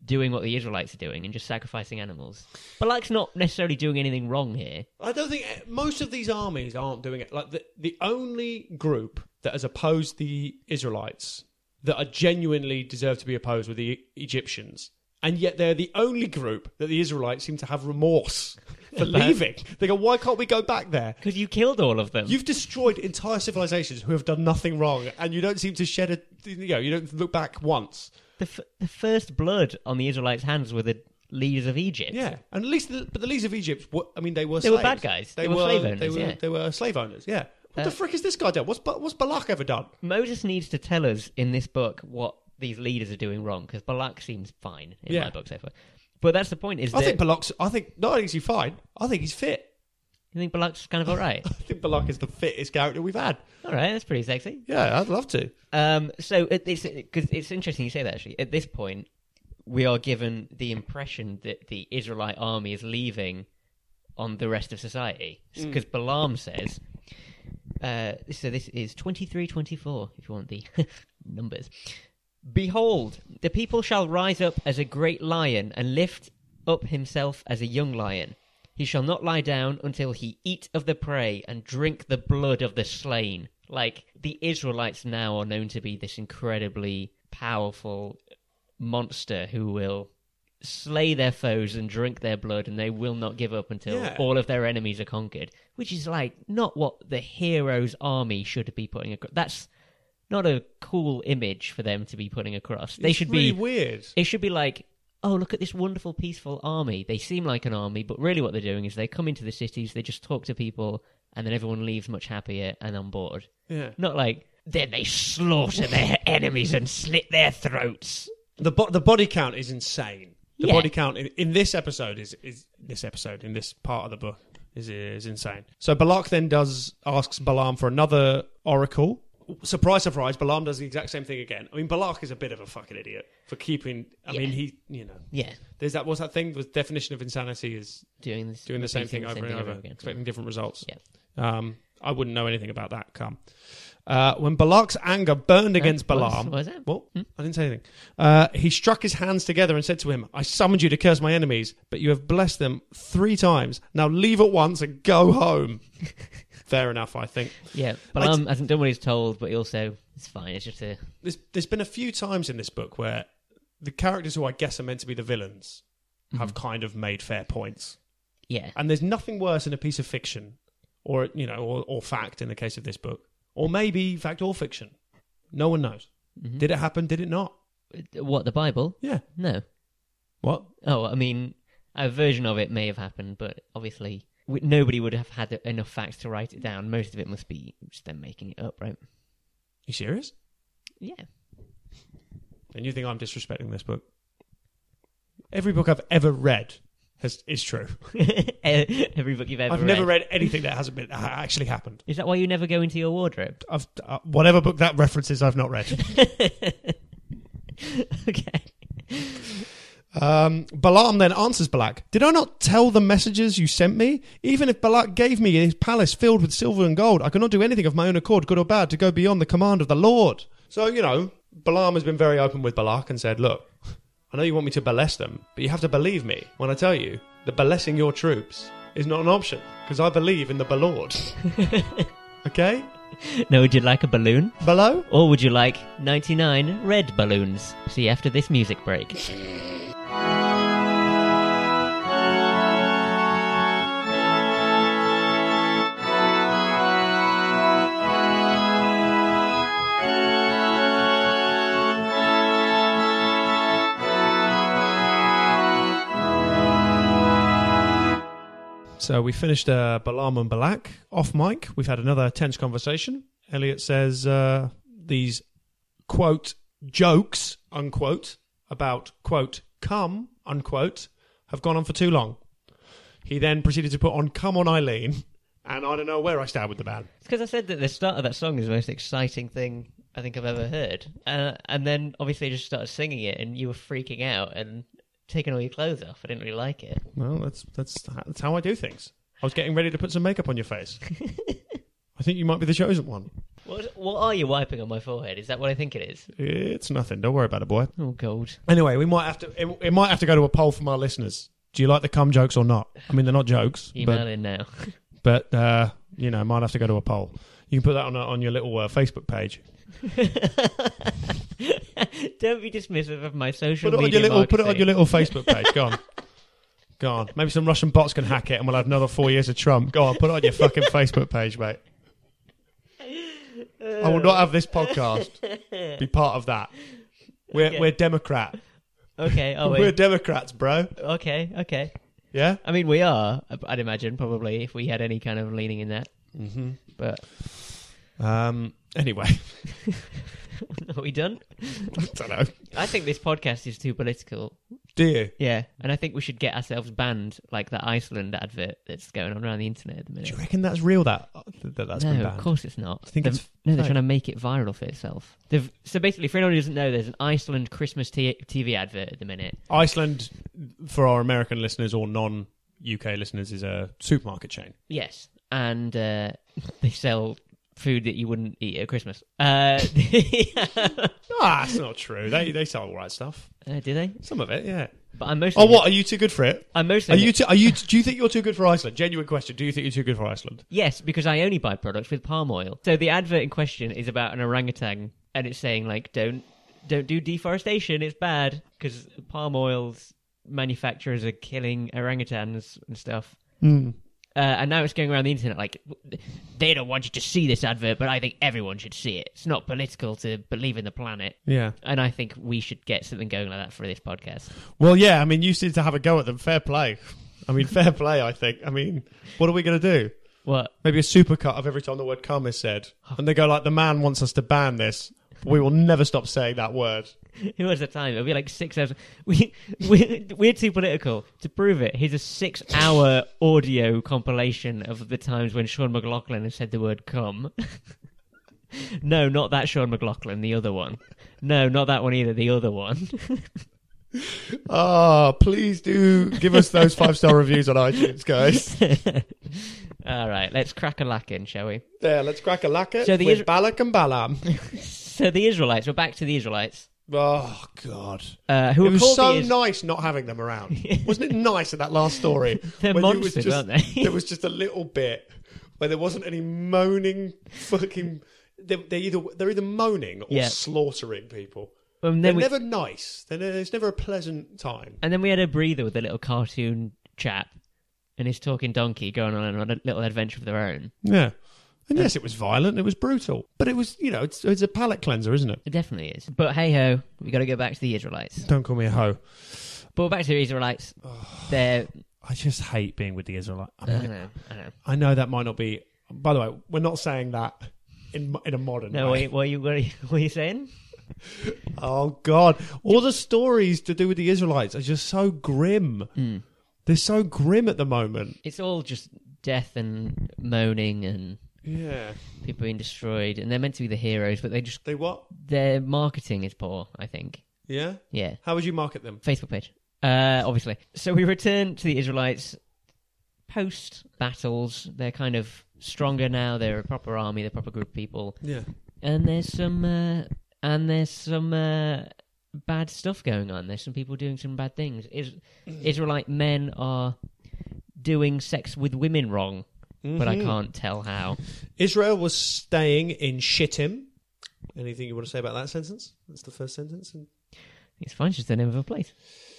doing what the Israelites are doing and just sacrificing animals. Balak's not necessarily doing anything wrong here.
I don't think eh, most of these armies aren't doing it. Like the, the only group that has opposed the Israelites that are genuinely deserve to be opposed were the Egyptians. And yet they're the only group that the Israelites seem to have remorse for leaving. They go, why can't we go back there?
Because you killed all of them.
You've destroyed entire civilizations who have done nothing wrong, and you don't seem to shed a you know you don't look back once.
The, f- the first blood on the Israelites' hands were the leaders of Egypt.
Yeah, and at least the, but the leaders of Egypt. Were, I mean, they were
They were
slaves.
bad guys. They were slave
They
owners,
were,
yeah.
they were slave owners. Yeah. What
Uh,
the frick has this guy done? What's Ba- what's Balak ever done?
Moses needs to tell us in this book what these leaders are doing wrong because Balak seems fine in
Yeah.
my book so far. But that's the point. Is
I
that
think Balak's. I think not only is he fine. I think he's fit.
you think Balak's kind of all right?
I think Balak is the fittest character we've had.
all right, that's pretty sexy.
Yeah, I'd love to.
Um, so it, it's because it's interesting you say that actually. At this point, we are given the impression that the Israelite army is leaving on the rest of society because Balaam says. Uh, so this is 2324 if you want the numbers behold the people shall rise up as a great lion and lift up himself as a young lion he shall not lie down until he eat of the prey and drink the blood of the slain like the israelites now are known to be this incredibly powerful monster who will slay their foes and drink their blood and they will not give up until
Yeah.
all of their enemies are conquered which is like not what the hero's army should be putting across that's not a cool image for them to be putting across they
It's
should
really
be
weird.
it should be like oh look at this wonderful peaceful army they seem like an army but really what they're doing is they come into the cities they just talk to people and then everyone leaves much happier and on board
Yeah.
not like then they slaughter their enemies and slit their throats
The bo- the body count is insane. The
Yeah.
body count in, in this episode is is this episode in this part of the book is is insane. So Balak then does asks Balaam for another oracle. Surprise, surprise! Balaam does the exact same thing again. I mean, Balak is a bit of a fucking idiot for keeping. I mean,
Yeah.
he you know
yeah
there's that what's that thing? The definition of insanity is
doing this
doing the same
repeating
thing over and
thing
over, expecting different results.
Yeah.
Um, I wouldn't know anything about that. Come. Uh, when Balak's anger burned against
what was-
Balaam,
what was that?
Well, I didn't say anything. Uh, he struck his hands together and said to him, "I summoned you to curse my enemies, but you have blessed them three times. Now leave at once and go home." Fair enough, I think.
yeah
I
Balaam hasn't done what he's told but he also it's fine it's just a
There's, there's been a few times in this book where the characters who I guess are meant to be the villains have kind of made fair points.
yeah
And there's nothing worse in a piece of fiction, or you know, or, or fact in the case of this book, or maybe fact or fiction. No one knows. Did it happen? Did it not?
what the bible
Yeah.
no
What?
Oh, I mean, a version of it may have happened, but obviously w- nobody would have had enough facts to write it down. Most of it must be just them making it up, right?
You serious?
Yeah.
And you think I'm disrespecting this book? Every book I've ever read has is true.
E, Every book you've ever
I've never read anything that hasn't been ha- actually happened.
Is that why you never go into your wardrobe?
I've uh, whatever book that references, I've not read.
okay.
Um, Balaam then answers Balak, Did I not tell the messages you sent me? Even if Balak gave me his palace filled with silver and gold, I could not do anything of my own accord, good or bad, to go beyond the command of the Lord. So, you know, Balaam has been very open with Balak and said, Look, I know you want me to bless them, but you have to believe me when I tell you that blessing your troops is not an option, because I believe in the Balord. okay?
Now, would you like a balloon?
Below?
Or would you like 99 red balloons? See you after this music break.
So we finished uh, Balaam and Balak off mic. We've had another tense conversation. Elliot says uh, these quote jokes unquote about quote come unquote have gone on for too long. He then proceeded to put on "Come on, Eileen," and I don't know where I stand with the man.
It's because I said that the start of that song is the most exciting thing I think I've ever heard. Uh, and then obviously I just started singing it, and you were freaking out and taking all your clothes off. I didn't really like it.
Well, that's that's that's how I do things. I was getting ready to put some makeup on your face. I think you might be the chosen one.
What, what are you wiping on my forehead? Is that what I think it is?
It's nothing. Don't worry about it, boy.
Oh, God.
Anyway, we might have to. It, it might have to go to a poll from our listeners. Do you like the cum jokes or not? I mean, they're not jokes,
Email
but
in now.
but uh, you know, might have to go to a poll. You can put that on on your little uh, Facebook page.
Don't be dismissive of my social
Put it on
media
your little. Put it on
marketing.
your little Facebook page. go on. Go on. Maybe some Russian bots can hack it and we'll have another four years of Trump. Go on, put it on your fucking Facebook page, mate. I will not have this podcast be part of that. We're,
Okay.
we're Democrat.
Okay. Oh
We're
wait.
Democrats, bro.
Okay. Okay.
Yeah?
I mean, we are. I'd imagine probably if we had any kind of leaning in that.
Mm-hmm.
But
Um, anyway,
are we done?
I don't know.
I think this podcast is too political.
Do you?
Yeah, and I think we should get ourselves banned, like that Iceland advert that's going on around the internet at the
Do
minute.
you reckon that's real, that, that that's
no,
been
of
banned?
course it's not.
I think
They've-
it's
no, they're
fake.
trying to make it viral for itself. They've, so basically, for anyone who doesn't know, there's an Iceland Christmas t- TV advert at the minute.
Iceland, for our American listeners or non UK listeners, is a supermarket chain.
Yes, and uh, they sell food that you wouldn't eat at Christmas. Uh, uh,
Ah, that's not true. They they sell all right stuff.
do they?
Some of it, yeah.
But I'm mostly.
Uh, Oh, what? Are you too good for it?
I'm mostly.
Are you? Too, are you? Do you think you're too good for Iceland? Genuine question. Do you think you're too good for Iceland?
Yes, because I only buy products with palm oil. So the advert in question is about an orangutan, and it's saying like, "Don't, don't do deforestation. It's bad because palm oils manufacturers are killing orangutans and stuff." Uh, and now it's going around the internet like, "They don't want you to see this advert, but I think everyone should see it. It's not political to believe in the planet."
Yeah.
And I think we should get something going like that for this podcast.
Well, yeah. I mean, you seem to have a go at them. Fair play. I mean, fair play. I think. I mean, what are we going to do?
What?
Maybe a supercut of every time the word "cum" is said, and they go like, "The man wants us to ban this. We will never stop saying that word."
Who has the time? It'll be like six hours. We, we, we're too political. To prove it, here's a six hour audio compilation of the times when Sean McLaughlin has said the word come. no, not that Sean McLaughlin, the other one. No, not that one either, the other one.
Ah, please do give us those five star reviews on iTunes, guys.
All right, let's crack a lack in, shall we?
There, let's crack a lacquer
So the
with
Isra-
Balak and Balaam.
So the Israelites, we're back to the Israelites.
Oh God!
Uh, who
it
are
was
called
so
the Is-
nice not having them around. Wasn't it nice in that last story?
They're
when it was
monsters,
just-
aren't they?
there was just a little bit where there wasn't any moaning. Fucking, they, they're either they're either moaning or
Yeah.
slaughtering people.
Um,
They're
then we-
never nice. They're, ne- it's never a pleasant time.
And then we had a breather with a little cartoon chap and his talking donkey going on a little adventure of their own.
Yeah. And yes, it was violent. It was brutal. But it was, you know, it's, it's a palate cleanser, isn't it?
It definitely is. But hey ho, we got to go back to the Israelites.
Don't call me a hoe.
But we're back to the Israelites. They're.
I just hate being with the Israelites. I,
I
mean,
don't know. I don't know.
I know that might not be. By the way, we're not saying that in in a modern
No, what,
way.
you- what, you, what, you, what you saying?
Oh God! All the stories to do with the Israelites are just so grim. They're so grim at the moment.
It's all just death and moaning and
Yeah.
people being destroyed. And they're meant to be the heroes, but they just.
They what?
Their marketing is poor, I think.
Yeah.
Yeah.
How would you market them?
Facebook page. Uh, obviously. So we return to the Israelites post battles. They're kind of stronger now. They're a proper army. They're a proper group of people.
Yeah.
And there's some. Uh, and there's some. Uh, Bad stuff going on. There's some people doing some bad things. Is-
Mm-hmm.
Israelite men are doing sex with women wrong, but
Mm-hmm.
I can't tell how.
Israel was staying in Shittim. Anything you want to say about that sentence? That's the first sentence.
It's fine. It's just the name of a place.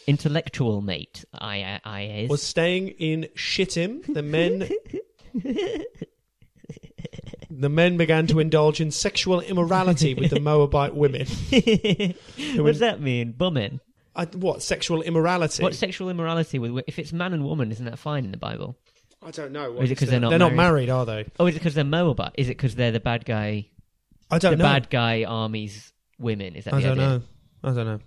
Intellectual mate. I I, I is.
Was staying in Shittim. The men. The men began to indulge in sexual immorality with the Moabite women.
what does that mean? Bumming.
I, what sexual immorality?
What sexual immorality with if it's man and woman, isn't that fine in the Bible?
I don't know.
Or is it 'cause they're not
they're not
married?
married, are they?
Oh, is it because they're Moabite? Is it because they're the bad guy,
I don't
the
know.
bad guy army's women? Is that
I
the
don't
idea?
know. I don't know.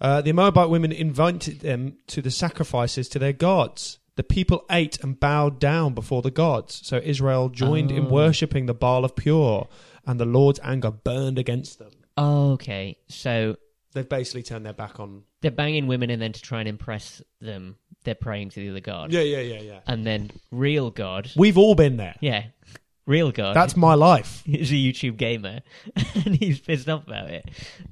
Uh, the Moabite women invited them to the sacrifices to their gods. The people ate and bowed down before the gods. So Israel joined in
Oh.
worshipping the Baal of Peor, and the Lord's anger burned against them.
Oh, okay, so
They've basically turned their back on.
they're banging women, and then to try and impress them, they're praying to the other god,
Yeah, yeah, yeah, yeah.
and then real god,
We've all been there.
yeah, real god.
That's my life.
is a YouTube gamer, and he's pissed off about it.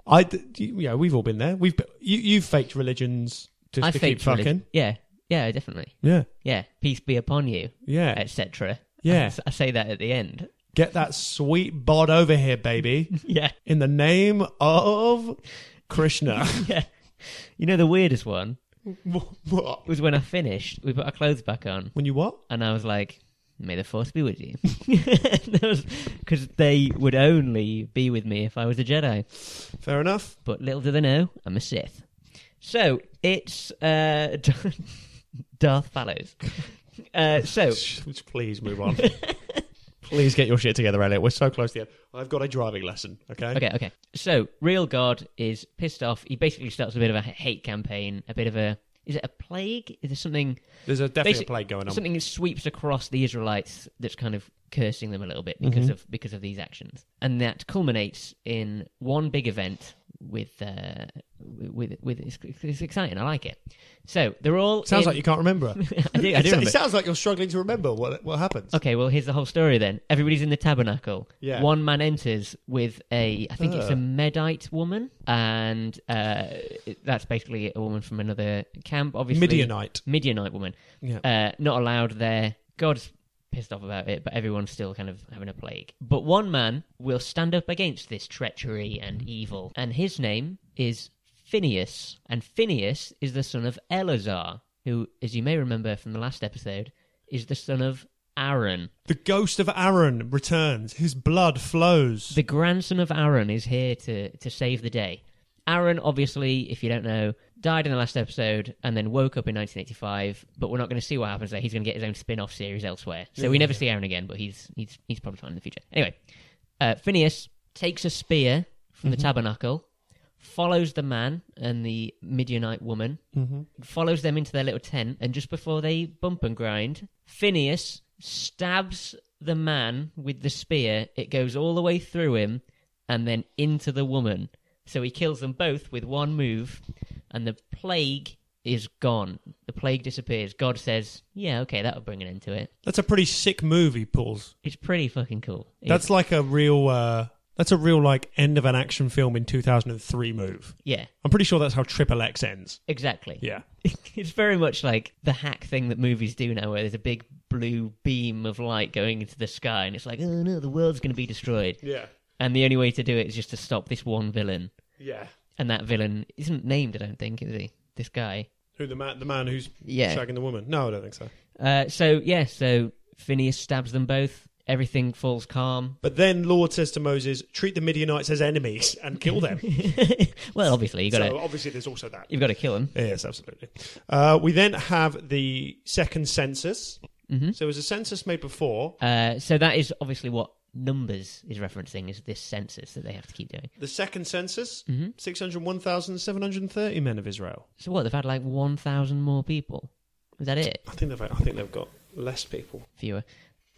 I, d- you- yeah, we've all been there. We've be- you, you've faked religions just
I
to
think
keep fucking.
yeah, yeah, definitely,
Yeah,
yeah. Peace be upon you,
yeah,
etc.
yeah.
I say that at the end.
Get that sweet bod over here, baby.
Yeah.
in the name of Krishna.
yeah. You know the weirdest one
What?
It was when I finished, we put our clothes back on,
When you what?
and I was like, "May the force be with you," because they would only be with me if I was a Jedi.
Fair enough.
But little do they know, I'm a Sith. So it's uh, Darth Fallows. Uh, so
Just Please move on. Please get your shit together, Elliot. We're so close to the end. I've got a driving lesson. Okay.
Okay, okay. So, real God is pissed off. He basically starts a bit of a hate campaign, a bit of a is it a plague? Is there something
There's a definite
Basic-
plague going on.
something that sweeps across the Israelites that's kind of cursing them a little bit
Mm-hmm.
because of because of these actions, and that culminates in one big event with uh, with with it's, it's exciting. I like it. So they're all
Sounds
in-
like you can't remember.
I
It
do, I do
sa-
remember.
It sounds like you're struggling to remember what what happens.
Okay, well, here's the whole story then. Everybody's in the tabernacle.
Yeah.
One man enters with a, I think it's a
Ugh.
Medite woman, and uh, it- that's basically a woman from another camp, obviously.
Midianite.
Midianite woman.
Yeah.
Uh, not allowed there. God's pissed off about it, but everyone's still kind of having a plague. But one man will stand up against this treachery and evil, and his name is Phineas. And Phineas is the son of Eleazar, who, as you may remember from the last episode, is the son of Aaron.
The ghost of Aaron returns. His blood flows.
The grandson of Aaron is here to, to save the day. Aaron, obviously, if you don't know, died in the last episode and then woke up in 1985, but we're not going to see what happens there. He's going to get his own spin off series elsewhere. So we never see Aaron again, but he's, he's, he's probably fine in the future. Anyway, uh, Phineas takes a spear from the tabernacle, follows the man and the Midianite woman, follows them into their little tent, and just before they bump and grind, Phineas stabs the man with the spear. It goes all the way through him and then into the woman. So he kills them both with one move, and the plague is gone. The plague disappears. God says, Yeah, okay, that'll bring an end to it.
That's a pretty sick movie, Pauls.
It's pretty fucking cool. It-
That's like a real. Uh, that's a real like end of an action film in 2003 move.
yeah,
I'm pretty sure that's how Triple X ends.
exactly.
Yeah.
it's very much like the hack thing that movies do now, where there's a big blue beam of light going into the sky, and it's like, oh no, the world's going to be destroyed.
Yeah.
And the only way to do it is just to stop this one villain.
Yeah.
And that villain isn't named, I don't think, is he? This guy.
Who the man? The man who's
Yeah.
shagging the woman? No, I don't think so.
Uh, so, yeah, so Phineas stabs them both. Everything falls calm.
But then Lord says to Moses, "Treat the Midianites as enemies and kill them."
well, obviously, you gotta,
so obviously, there's also that.
you've got to kill him.
Yes, absolutely. Uh, we then have the second census.
Mhm.
So there was a census made before.
Uh, so that is obviously what Numbers is referencing, is this census that they have to keep doing.
The second census, 601,730 men of Israel.
So what? They've had like one thousand more people. Is that it?
I think they've I think they've got less people.
Fewer.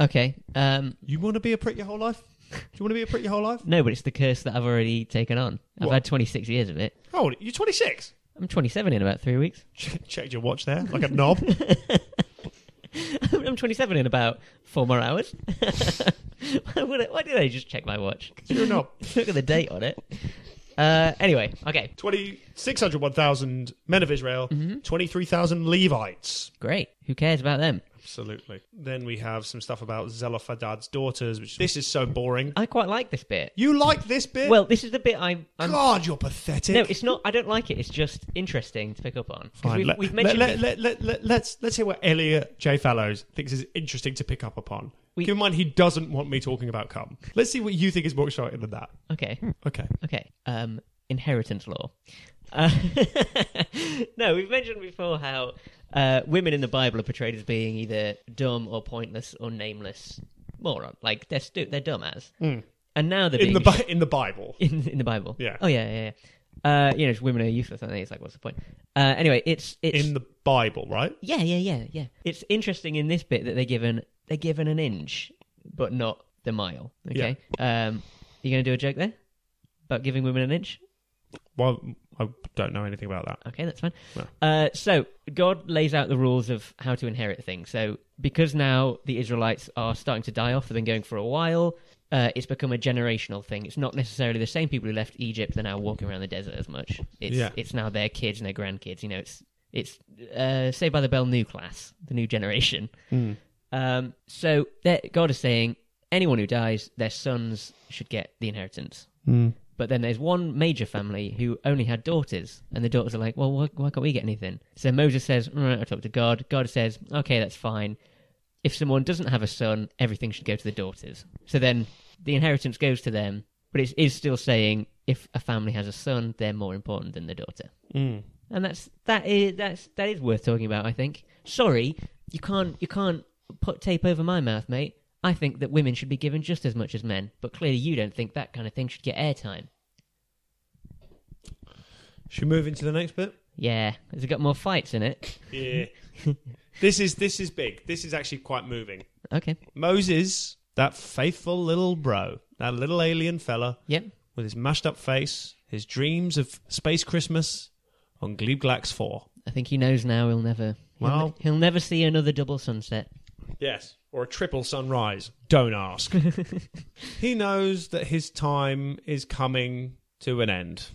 Okay. Um,
You want to be a prick your whole life? Do you want to be a prick your whole life?
no, but it's the curse that I've already taken on. I've
What?
had twenty six years of it.
How old? You're 26.
I'm twenty seven in about three weeks.
Checked your watch there, like a knob.
I'm twenty seven in about four more hours. why, would I, why did I just check my watch?
You're a knob.
Look at the date on it. Uh, anyway, okay,
20, 601,000 men of Israel,
Mm-hmm.
23,000 Levites.
great. Who cares about them?
Absolutely. Then we have some stuff about Zelophehad's daughters, which this is so boring.
I quite like this bit.
You like this bit?
Well, this is the bit I, I'm.
God, you're pathetic.
No, it's not. I don't like it. It's just interesting to pick up on. 'Cause
Fine.
We've,
let,
we've mentioned
let, let, let, let, us let's hear what Elliot J. Fallows thinks is interesting to pick up upon.
We-
Keep in mind, he doesn't want me talking about cum. Let's see what you think is more exciting than that.
Okay.
Okay.
Okay. Um, inheritance law. Uh, no, we've mentioned before how uh, women in the Bible are portrayed as being either dumb or pointless or nameless moron. Like they're stu- they're dumb as. And now they're
Hmm. In
being
the Bi- in the Bible.
in, in the Bible.
Yeah.
Oh yeah, yeah. yeah. Uh, you know, just women are useless. aren't they? It's like, what's the point? Uh, anyway, it's it's
In the Bible, right?
yeah, yeah, yeah, yeah. It's interesting in this bit that they're given they're given an inch, but not the mile. Okay. Um, you gonna do a joke there about giving women an inch?
Well, I don't know anything about that.
Okay, that's fine.
Well.
Uh, so God lays out the rules of how to inherit things. So because now the Israelites are starting to die off, they've been going for a while. Uh, it's become a generational thing. It's not necessarily the same people who left Egypt. They're now walking around the desert as much. It's
Yeah.
it's now their kids and their grandkids. You know, it's it's uh, Saved by the Bell new class, the new generation. Um, so that- God is saying anyone who dies, their sons should get the inheritance. But then there's one major family who only had daughters, and the daughters are like, well, why, why can't we get anything? So Moses says, all right, I talk to God. God says, okay, that's fine. If someone doesn't have a son, everything should go to the daughters. So then the inheritance goes to them, but it is still saying if a family has a son, they're more important than the daughter.
Mm.
And that's that is that's that is worth talking about, I think. Sorry, you can't you can't put tape over my mouth, mate. I think that women should be given just as much as men, but clearly you don't think that kind of thing should get airtime.
Should we move into the next bit?
Yeah, has it got more fights in it?
Yeah. this is this is big. This is actually quite moving.
Okay.
Moses, that faithful little bro, that little alien fella
Yep.
with his mashed up face, his dreams of space Christmas on Glebe Glax 4.
I think he knows now he'll never he'll,
Well-
he'll never see another double sunset.
Yes, or a triple sunrise. Don't ask. he knows that his time is coming to an end.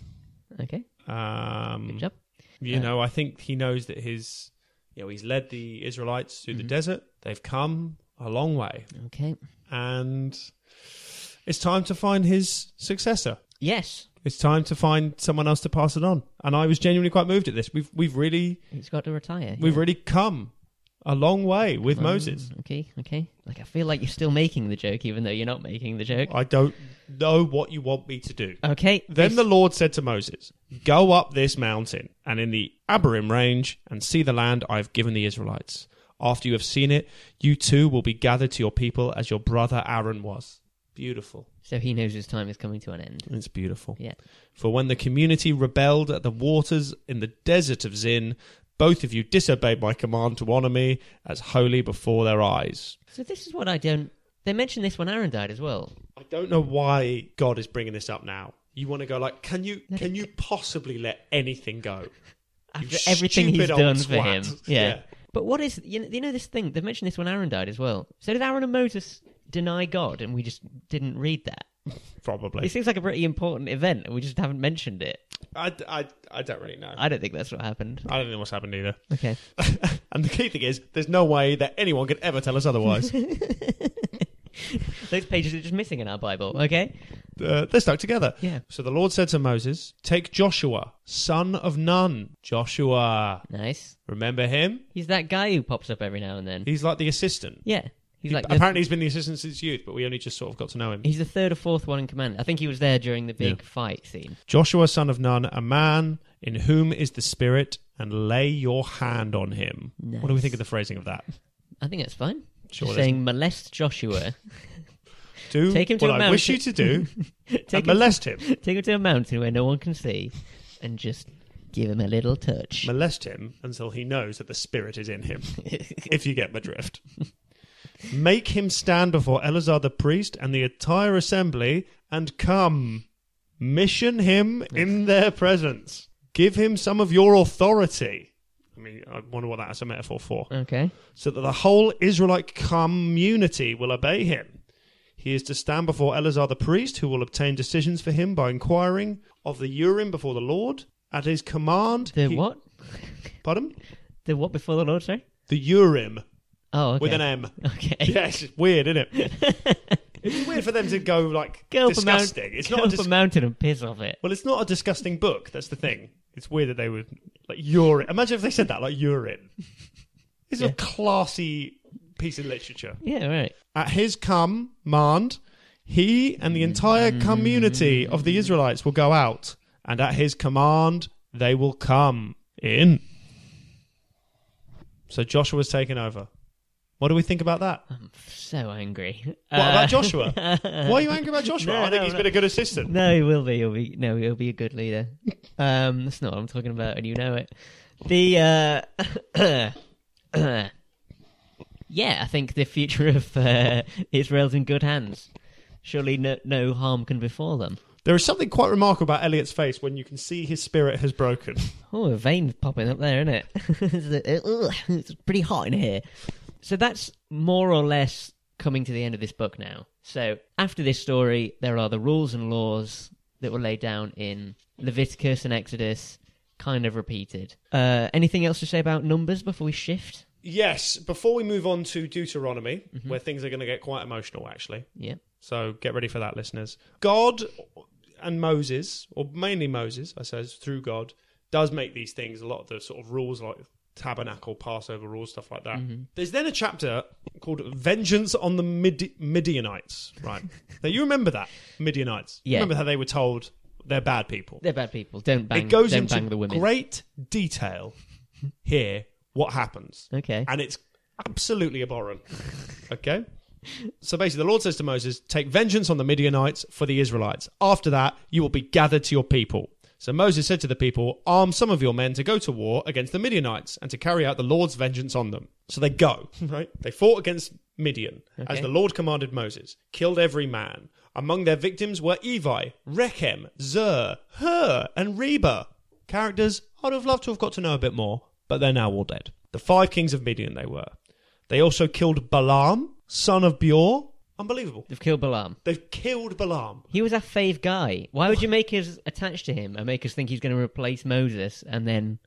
Okay.
Um,
Good job.
You
Uh,
know, I think he knows that his, you know, he's led the Israelites through
Mm-hmm.
the desert. They've come a long way,
Okay.
and it's time to find his successor.
Yes.
It's time to find someone else to pass it on. And I was genuinely quite moved at this. We've we've really
He's got to retire.
we've really come a long way with
Um,
Moses.
Okay, okay. Like I feel like you're still making the joke even though you're not making the joke.
I don't know what you want me to do.
Okay.
Then
this-
the Lord said to Moses, Go up this mountain and in the Abiram range and see the land I have given the Israelites. After you have seen it, you too will be gathered to your people as your brother Aaron was. Beautiful.
So he knows his time is coming to an end.
It's beautiful.
Yeah.
For when the community rebelled at the waters in the desert of Zin, both of you disobeyed my command to honor me as holy before their eyes.
So this is what I don't. They mentioned this when Aaron died as well.
I don't know why God is bringing this up now. You want to go like, can you
Let
can
it-
you possibly let anything go? You
After everything he's
stupid old
done for him.
twat.
Yeah.
Yeah.
But what is you know, you know this thing? They mentioned this when Aaron died as well. So did Aaron and Moses deny God, and we just didn't read that?
Probably.
It seems like a pretty important event, and we just haven't mentioned it.
I, I, I don't really know. I,
I don't think that's what happened.
don't know what's happened either.
Okay.
and the key thing is, there's no way that anyone could ever tell us otherwise.
Those pages are just missing in our Bible. Okay.
uh, they're stuck together.
Yeah.
So the Lord said to Moses, Take Joshua, son of Nun. Joshua.
Nice.
Remember him?
He's that guy who pops up every now and then.
He's like the assistant.
Yeah. He's
He-
like the
apparently, he's been the assistant since youth, but we only just sort of got to know him.
He's the third or fourth one in command. I think he was there during the big fight scene.
Joshua, son of Nun, a man in whom is the Spirit, and lay your hand on him. What do we
Nice.
think of the phrasing of that?
I think that's fine.
Sure,
Just
it
saying molest Joshua.
Do
Take him to
what
a
I
mountain.
wish you to do, and
take, him,
molest him.
take him to a mountain where no one can see and just give him a little touch.
molest him until he knows that the spirit is in him, if you get my drift. Make him stand before Eleazar the priest and the entire assembly and come. Mission him in their presence. Give him some of your authority. I mean, I wonder what that's a metaphor for.
okay.
So that the whole Israelite community will obey him. He is to stand before Eleazar the priest, who will obtain decisions for him by inquiring of the Urim before the Lord. At his command,
The
he-
what?
Pardon?
The what before the Lord, sorry?
The Urim
Oh, okay.
with an M.
Okay.
Yeah, it's just weird, isn't it? it's weird for them to go like
Go up, a, mount-
disgusting. It's
go
not a
up
dis-
a mountain and piss off it.
well, it's not a disgusting book. That's the thing. It's weird that they would like urine. Imagine if they said that like urine. It's
Yeah.
a classy piece of literature.
Yeah, right.
At his command, he and the entire community of the Israelites will go out, and at his command, they will come in. So Joshua's taken over. What do we think about that?
I'm so angry. Uh,
What about Joshua? Why are you angry about Joshua?
No,
I think
no,
he's
no.
been a good assistant.
No, he will be. He'll be no, he'll be a good leader. Um, that's not what I'm talking about, and you know it. The uh, yeah, I think the future of uh, Israel's in good hands. Surely, no, no harm can befall them.
There is something quite remarkable about Elliot's face when you can see his spirit has broken.
Oh, a vein popping up there, isn't it? It's, uh, ugh, it's pretty hot in here. So that's more or less coming to the end of this book now. So after this story, there are the rules and laws that were laid down in Leviticus and Exodus, kind of repeated. Uh, anything else to say about numbers before we shift?
yes, before we move on to Deuteronomy,
Mm-hmm.
where things are going to get quite emotional, actually.
Yeah.
So get ready for that, listeners. God and Moses, or mainly Moses, I suppose, through God, does make these things a lot of the sort of rules like tabernacle, Passover rules, stuff like that.
Mm-hmm.
There's then a chapter called "Vengeance on the Midi- Midianites." Right now, you remember that Midianites? You
Yeah.
Remember how they were told they're bad people?
They're bad people. Don't bang.
it goes
don't
into
bang the women.
great detail here what happens
okay.
and it's absolutely abhorrent. Okay? So basically, the Lord says to Moses, Take vengeance on the Midianites for the Israelites. After that, you will be gathered to your people. So Moses said to the people, Arm some of your men to go to war against the Midianites and to carry out the Lord's vengeance on them. So they go, right? They fought against Midian, as
Okay.
the Lord commanded Moses, killed every man. Among their victims were Evi, Rechem, Zer, Hur, and Reba. Characters I'd have loved to have got to know a bit more, but they're now all dead. The five kings of Midian they were. They also killed Balaam, son of Beor. Unbelievable.
They've killed Balaam.
They've killed Balaam.
He was our fave guy. Why would you make us attached to him and make us think he's going to replace Moses and then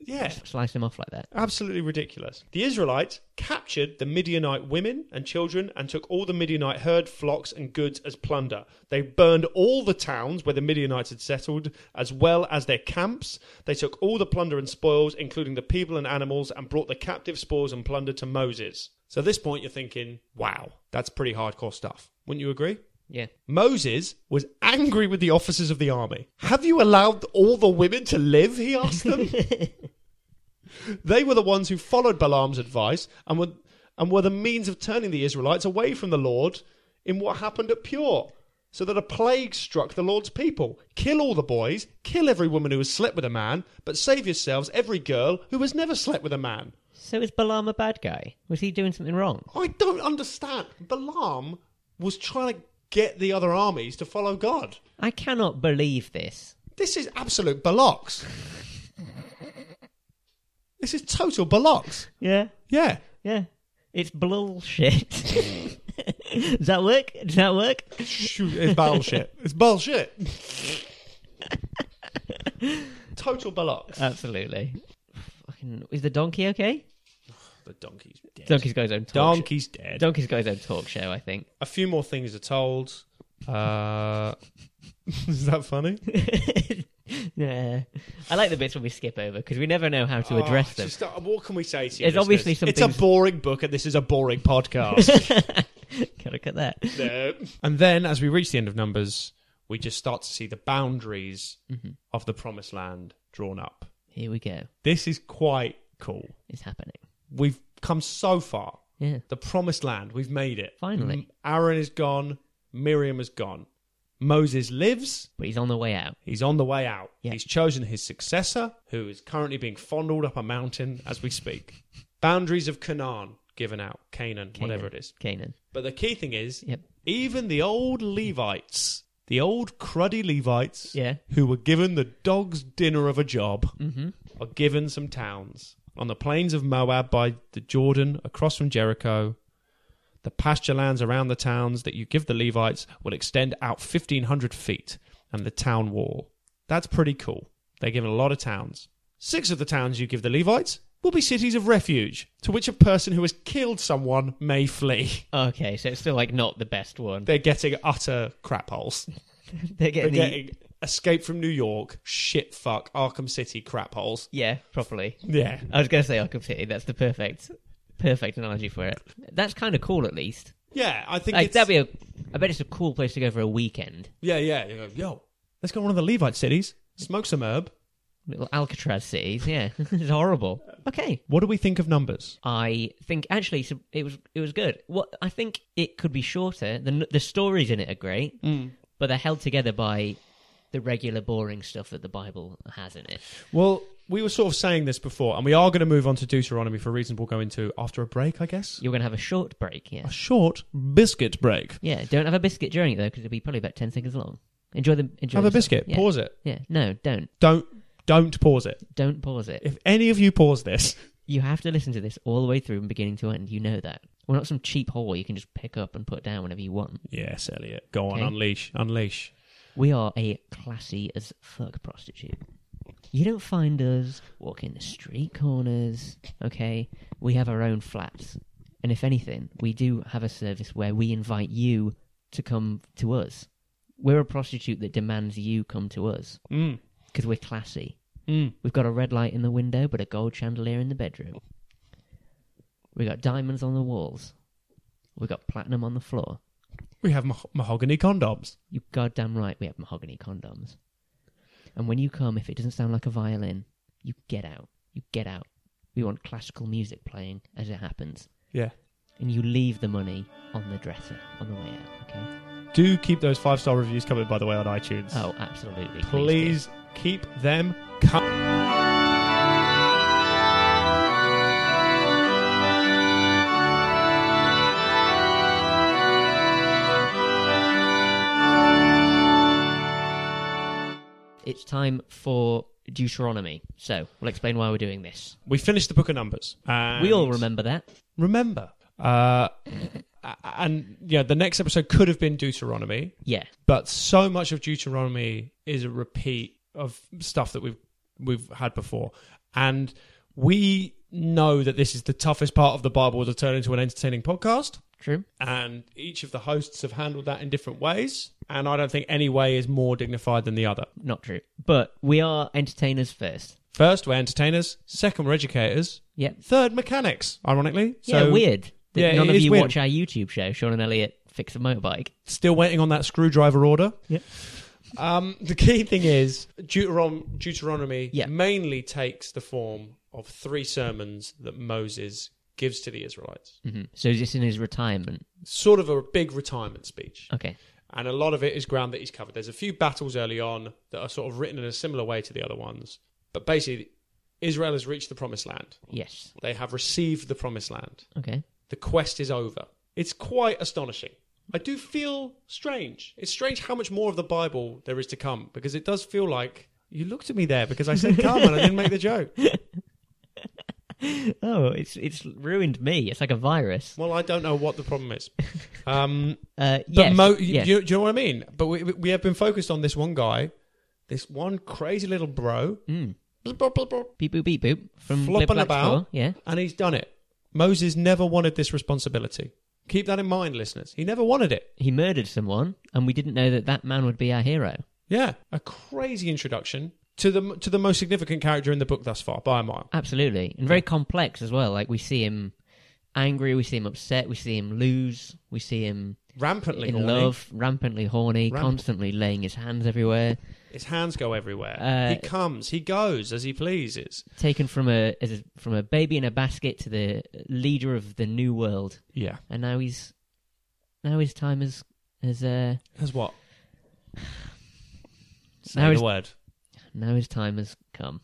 Yeah,
slice him off like that?
absolutely ridiculous. The Israelites captured the Midianite women and children and took all the Midianite herd, flocks, and goods as plunder. They burned all the towns where the Midianites had settled, as well as their camps. They took all the plunder and spoils, including the people and animals, and brought the captive spoils and plunder to Moses. So at this point, you're thinking, wow, that's pretty hardcore stuff. Wouldn't you agree?
Yeah.
Moses was angry with the officers of the army. Have you allowed all the women to live? He asked them. they were the ones who followed Balaam's advice and were, and were the means of turning the Israelites away from the Lord in what happened at Pure, so that a plague struck the Lord's people. Kill all the boys, kill every woman who has slept with a man, but save yourselves every girl who has never slept with a man.
So is Balaam a bad guy? Was he doing something wrong?
I don't understand. Balaam was trying to get the other armies to follow God.
I cannot believe this.
This is absolute bollocks. this is total bollocks.
Yeah.
Yeah.
Yeah. It's bullshit. Does that work? Does that work?
Shoot, it's bullshit. It's bullshit. total bollocks.
Absolutely. Fucking, is the donkey okay?
the donkey's dead.
Donkey's got his own talk show.
Donkey's dead.
Donkey's got his own talk show, I think.
A few more things are told. Uh, is that funny?
yeah. I like the bits when we skip over because we never know how to address
Oh,
them.
just, uh, what can we say to you?
There's obviously
listeners?
some
It's a
things-
boring book, and this is a boring podcast.
Gotta cut that.
No. And then, as we reach the end of Numbers, we just start to see the boundaries
Mm-hmm.
of the Promised Land drawn up.
Here we go.
This is quite cool.
It's happening.
We've come so far.
Yeah.
The Promised Land, we've made it.
Finally.
M- Aaron is gone. Miriam is gone. Moses lives.
But he's on the way out.
He's on the way out.
Yeah.
He's chosen his successor, who is currently being fondled up a mountain as we speak. Boundaries of Canaan given out, Canaan, whatever it
Canaan.
is.
Canaan.
But the key thing is,
Yep.
even the old Levites, the old cruddy Levites,
Yeah.
who were given the dog's dinner of a job, are given some towns on the plains of Moab by the Jordan, across from Jericho. The pasture lands around the towns that you give the Levites will extend out 1,500 feet and the town wall. That's pretty cool. They're given a lot of towns. Six of the towns you give the Levites will be cities of refuge to which a person who has killed someone may flee.
Okay, so it's still like not the best one.
They're getting utter crap holes.
They're
They're
getting, the,
getting Escape from New York, shit fuck, Arkham City crap holes.
yeah, properly.
Yeah.
I was gonna say Arkham City. That's the perfect, perfect analogy for it. That's kind of cool, at least.
Yeah, I think
Like
it's...
that'd be a. I bet it's a cool place to go for a weekend.
Yeah, yeah. You go, Yo, let's go to one of the Levite cities, smoke some herb.
Little Alcatraz cities. Yeah, it's horrible. Okay,
What do we think of numbers?
I think actually so it was it was good. What I think it could be shorter. The the stories in it are great, but they're held together by the regular boring stuff that the Bible has in it.
Well, we were sort of saying this before, and we are going to move on to Deuteronomy for reasons we'll go into after a break, I guess.
You're gonna have a short break. Yeah,
A short biscuit break.
yeah. Don't have a biscuit during it though, because it'll be probably about ten seconds long. Enjoy the enjoy.
Have a
the-
biscuit.
Yeah.
Pause it.
Yeah. No, don't
Don't don't pause it.
don't pause it.
If any of you pause this,
You have to listen to this all the way through from beginning to end. You know that. We're not some cheap whore you can just pick up and put down whenever you want.
yes, Elliot, go on,
Okay.
unleash, unleash.
We are a classy as fuck prostitute. You don't find us walking the street corners, okay? We have our own flats. And if anything, we do have a service where we invite you to come to us. We're a prostitute that demands you come to us
Mm.
because we're classy.
Mm.
We've got a red light in the window, but a gold chandelier in the bedroom. We got diamonds on the walls. We got platinum on the floor.
We have mah- mahogany condoms.
You goddamn right, we have mahogany condoms. And when you come, if it doesn't sound like a violin, you get out. You get out. We want classical music playing as it happens.
Yeah.
And you leave the money on the dresser on the way out, okay?
Do keep those five star reviews coming, by the way, on iTunes.
Oh, absolutely. do.
please keep them coming.
It's time for Deuteronomy. So, we'll explain why we're doing this.
We finished the book of Numbers. And
we all remember that.
Remember. Uh, a- and yeah, the next episode could have been Deuteronomy,
Yeah.
but so much of Deuteronomy is a repeat of stuff that we've we've had before, and we know that this is the toughest part of the Bible to turn into an entertaining podcast.
True.
and each of the hosts have handled that in different ways. And I don't think any way is more dignified than the other.
Not true. But we are entertainers first.
First, we're entertainers. Second, we're educators.
Yeah.
Third, mechanics. Ironically,
yeah, weird. That
Yeah,
none
it
of
is
you
weird.
watch our YouTube show, Sean and Elliot Fix a Motorbike.
Still waiting on that screwdriver order.
Yep.
Um, the key thing is Deuteron- Deuteronomy
Yeah.
mainly takes the form of three sermons that Moses gives to the Israelites.
hmm So is this in his retirement?
Sort of a big retirement speech.
Okay.
and a lot of it is ground that he's covered. There's a few battles early on that are sort of written in a similar way to the other ones, but basically, Israel has reached the promised land.
Yes.
They have received the promised land.
Okay.
The quest is over. It's quite astonishing. I do feel strange. It's strange how much more of the Bible there is to come because it does feel like you looked at me there because I said come and I didn't make the joke.
Oh, it's it's ruined me. It's like a virus.
Well, I don't know what the problem is. Um,
Uh,
But
yes.
Mo, you-
yes.
you, do you know what I mean? But we, we have been focused on this one guy, this one crazy little bro,
Mm.
Blub, blub, blub, blub.
Beep boop beep boop from
Flopping
Blip Black
about.
Squirrel. Yeah.
and he's done it. Moses never wanted this responsibility. Keep that in mind, listeners. He never wanted it.
He murdered someone, and we didn't know that that man would be our hero.
Yeah, a crazy introduction to the to the most significant character in the book thus far by a mile.
Absolutely, and very complex as well. Like we see him angry, we see him upset, we see him lose, we see him
Rampantly
in
horny.
love, rampantly horny,
Ramp-
constantly laying his hands everywhere.
His hands go everywhere.
Uh,
he comes, he goes as he pleases.
Taken from a, as a from a baby in a basket to the leader of the new world,
Yeah.
and now he's now his time is is uh
As what? Say
Now
the
he's-
word.
now his time has come.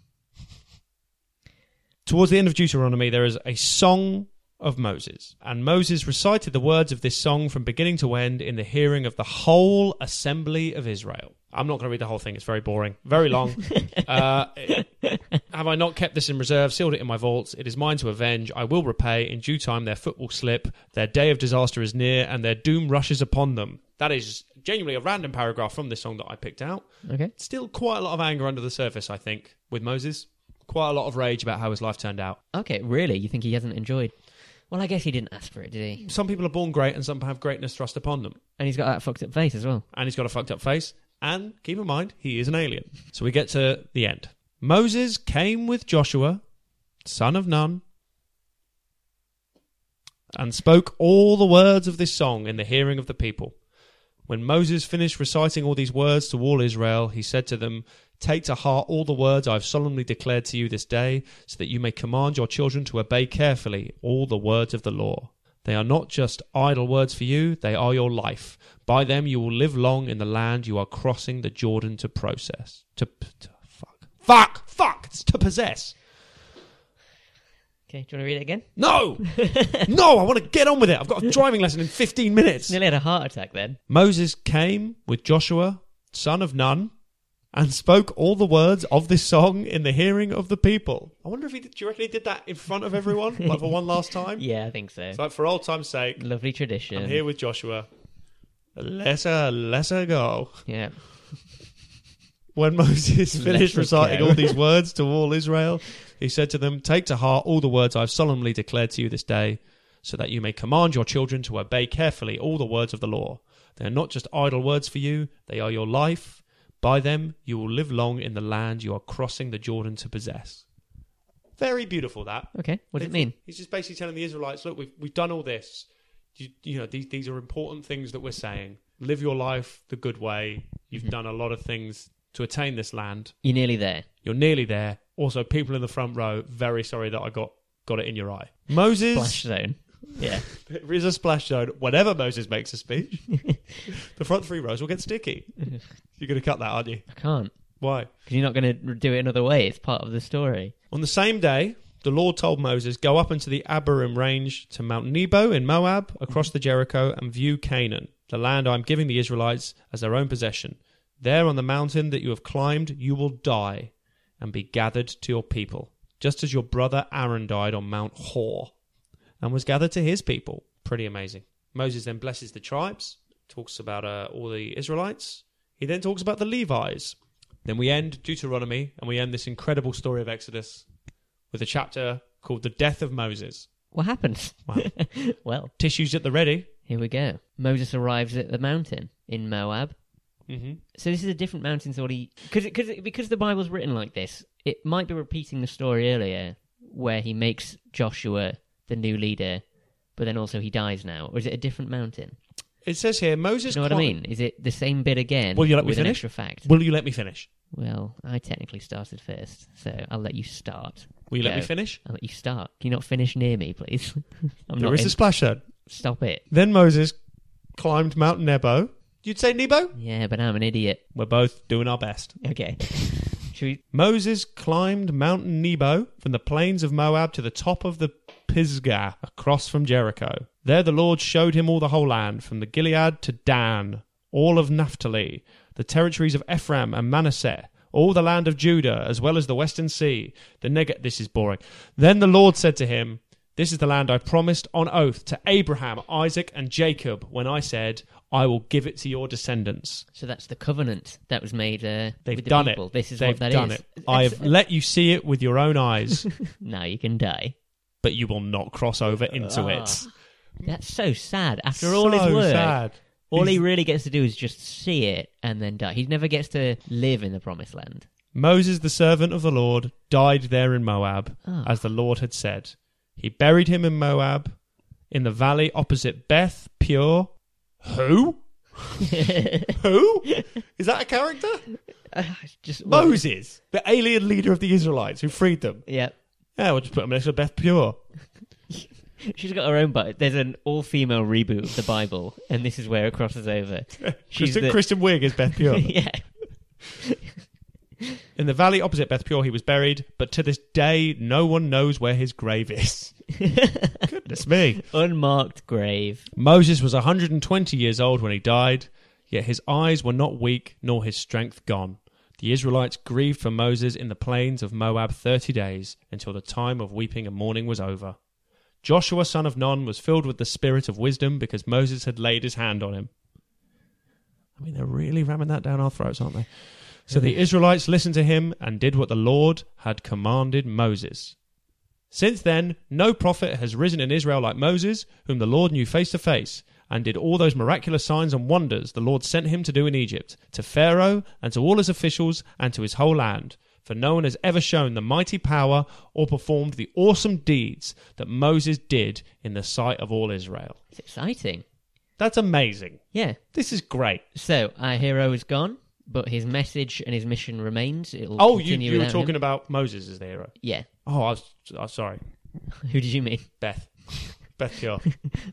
Towards the end of Deuteronomy, there is a song of Moses, and Moses recited the words of this song from beginning to end in the hearing of the whole assembly of Israel. I'm not going to read the whole thing, it's very boring, very long. uh, have I not kept this in reserve, sealed it in my vaults? It is mine to avenge. I will repay. In due time, their foot will slip, their day of disaster is near, and their doom rushes upon them. That is genuinely a random paragraph from this song that I picked out
Okay,
still quite a lot of anger under the surface, I think, with Moses. Quite a lot of rage about how his life turned out.
okay, really? You think he hasn't enjoyed? Well, I guess he didn't ask for it, did he?
Some people are born great and some have greatness thrust upon them.
And he's got that fucked up face as well.
And he's got a fucked up face. And keep in mind, he is an alien. So we get to the end. Moses came with Joshua, son of Nun, and spoke all the words of this song in the hearing of the people. When Moses finished reciting all these words to all Israel, he said to them, Take to heart all the words I have solemnly declared to you this day, so that you may command your children to obey carefully all the words of the law. They are not just idle words for you, they are your life. By them you will live long in the land you are crossing the Jordan to process. To, p- to fuck. Fuck! Fuck! It's to possess.
Okay, do you want to read it again?
No! no! I want to get on with it. I've got a driving lesson in 15 minutes.
Nearly had a heart attack then.
Moses came with Joshua, son of Nun, and spoke all the words of this song in the hearing of the people. I wonder if he did, do you reckon he did that in front of everyone, like for one last time?
Yeah, I think so.
It's like for old time's sake,
Lovely tradition.
I'm here with Joshua. Let her, let her go.
Yeah.
When Moses
Let
finished
her
reciting
go.
all these words to all Israel, he said to them, Take to heart all the words I've solemnly declared to you this day, so that you may command your children to obey carefully all the words of the law. They are not just idle words for you, they are your life. By them you will live long in the land you are crossing the Jordan to possess. Very beautiful that.
Okay, what does it
It's-
mean?
He's just basically telling the Israelites, look, we've we've done all this. You, you know, these these are important things that we're saying. Live your life the good way. You've
Mm-hmm.
done a lot of things to attain this land.
You're nearly there.
You're nearly there. Also, people in the front row, very sorry that I got got it in your eye. Moses
Splash zone. Yeah.
there is a splash zone whenever Moses makes a speech. the front three rows will get sticky. You're going to cut that, aren't you?
I can't.
Why?
'Cause you're not going to do it another way. It's part of the story.
On the same day, the Lord told Moses, Go up into the Abiram range to Mount Nebo in Moab, across the Jericho, and view Canaan, the land I am giving the Israelites as their own possession. There on the mountain that you have climbed, you will die and be gathered to your people, just as your brother Aaron died on Mount Hor and was gathered to his people. Pretty amazing. Moses then blesses the tribes, talks about uh, all the Israelites. He then talks about the Levites. Then we end Deuteronomy and we end this incredible story of Exodus with a chapter called The Death of Moses.
What happens?
Wow.
well,
Tissues at the ready.
here we go. Moses arrives at the mountain in Moab.
Mm-hmm.
So this is a different mountain to what he because because because the Bible's written like this. It might be repeating the story earlier where he makes Joshua the new leader, but then also he dies now. Or is it a different mountain?
It says here Moses.
Do you know what I
clim-
mean? Is it the same bit again?
Will you let me
with an
finish?
extra fact.
Will you let me finish?
Well, I technically started first, so I'll let you start.
Will you let me
Go.
finish?
I'll let you start. Can you not finish near me, please? I'm
There
not.
is
In-
a splash zone.
Stop it.
Then Moses climbed Mount Nebo. You'd say Nebo?
Yeah, but I'm an idiot.
We're both doing our best.
Okay. Should we-
Moses climbed Mount Nebo from the plains of Moab to the top of the Pisgah across from Jericho. There the Lord showed him all the whole land, from the Gilead to Dan, all of Naphtali, the territories of Ephraim and Manasseh, all the land of Judah, as well as the western sea. The Neg- this is boring. Then the Lord said to him, This is the land I promised on oath to Abraham, Isaac, and Jacob, when I said, I will give it to your descendants.
So that's the covenant that was made. Uh,
They've
with the
done
people.
it.
This is
They've
what that is.
done it. I have
Ex-
let you see it with your own eyes,
now you can die.
but you will not cross over into it.
Ah. That's so sad. After all his
So
work,
sad.
all he
He's-
really gets to do is just see it and then die. He never gets to live in the promised land.
Moses, the servant of the Lord, died there in Moab,
Ah.
as the Lord had said. He buried him in Moab, in the valley opposite Beth Peor. Who? Who? Is that a character?
just
Moses, the alien leader of the Israelites who freed them.
Yeah,
Yeah, we'll just put him next to Beth Peor.
she's got her own. But there's an all-female reboot of the Bible, and this is where it crosses over. She's
Kristen,
the
Kristen Wiig is Beth Peor.
yeah.
In the valley opposite Beth Peor, he was buried, but to this day, no one knows where his grave is. Goodness me.
Unmarked grave.
Moses was 120 years old when he died, yet his eyes were not weak, nor his strength gone. The Israelites grieved for Moses in the plains of Moab 30 days, until the time of weeping and mourning was over. Joshua, son of Nun, was filled with the spirit of wisdom because Moses had laid his hand on him. I mean, they're really ramming that down our throats, aren't they? So the Israelites listened to him and did what the Lord had commanded Moses. Since then, no prophet has risen in Israel like Moses, whom the Lord knew face to face, and did all those miraculous signs and wonders the Lord sent him to do in Egypt, to Pharaoh, and to all his officials, and to his whole land. For no one has ever shown the mighty power or performed the awesome deeds that Moses did in the sight of all Israel.
It's exciting.
That's amazing.
Yeah.
This is great.
So our hero is gone, but his message and his mission remains. It'll
Oh, you, you
continue
were
without him.
talking about Moses as the hero.
Yeah.
Oh, I was, I was sorry.
Who did you mean?
Beth. Beth Pure.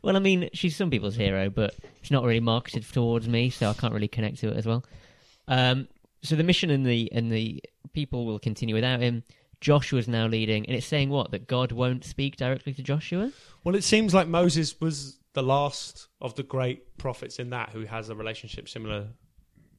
Well, I mean, she's some people's hero, but it's not really marketed towards me, so I can't really connect to it as well. Um, so the mission and the and the people will continue without him. Joshua's now leading, and it's saying what that God won't speak directly to Joshua.
Well, it seems like Moses was the last of the great prophets in that who has a relationship similar.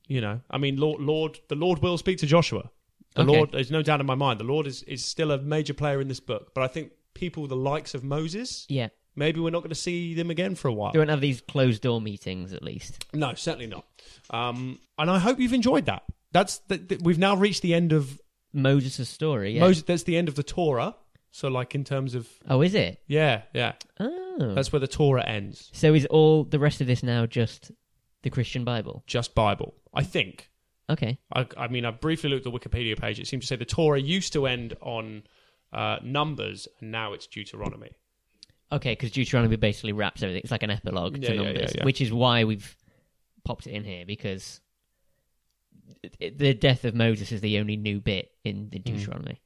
You know, I mean, Lord, Lord the Lord will speak to Joshua. The
Okay.
Lord, there's no doubt in my mind, the Lord is, is still a major player in this book. But I think people the likes of Moses,
Yeah,
maybe we're not going to see them again for a while.
they won't have these closed door meetings, at least.
No, certainly not. Um, and I hope you've enjoyed that. That's that that we've now reached the end of
Moses' story. Yeah.
Moses. That's the end of the Torah. So, like in terms of
oh, is it?
yeah, yeah,
Oh.
that's where the Torah ends.
So is all the rest of this now just The Christian Bible.
Just Bible, I think.
Okay.
I, I mean, I briefly looked at the Wikipedia page. It seemed to say the Torah used to end on uh, Numbers, and now it's Deuteronomy.
Okay, because Deuteronomy basically wraps everything. It's like an epilogue
Yeah,
to
yeah, yeah,
Numbers,
yeah.
which is why we've popped it in here because it- it- the death of Moses is the only new bit in the
Mm.
Deuteronomy.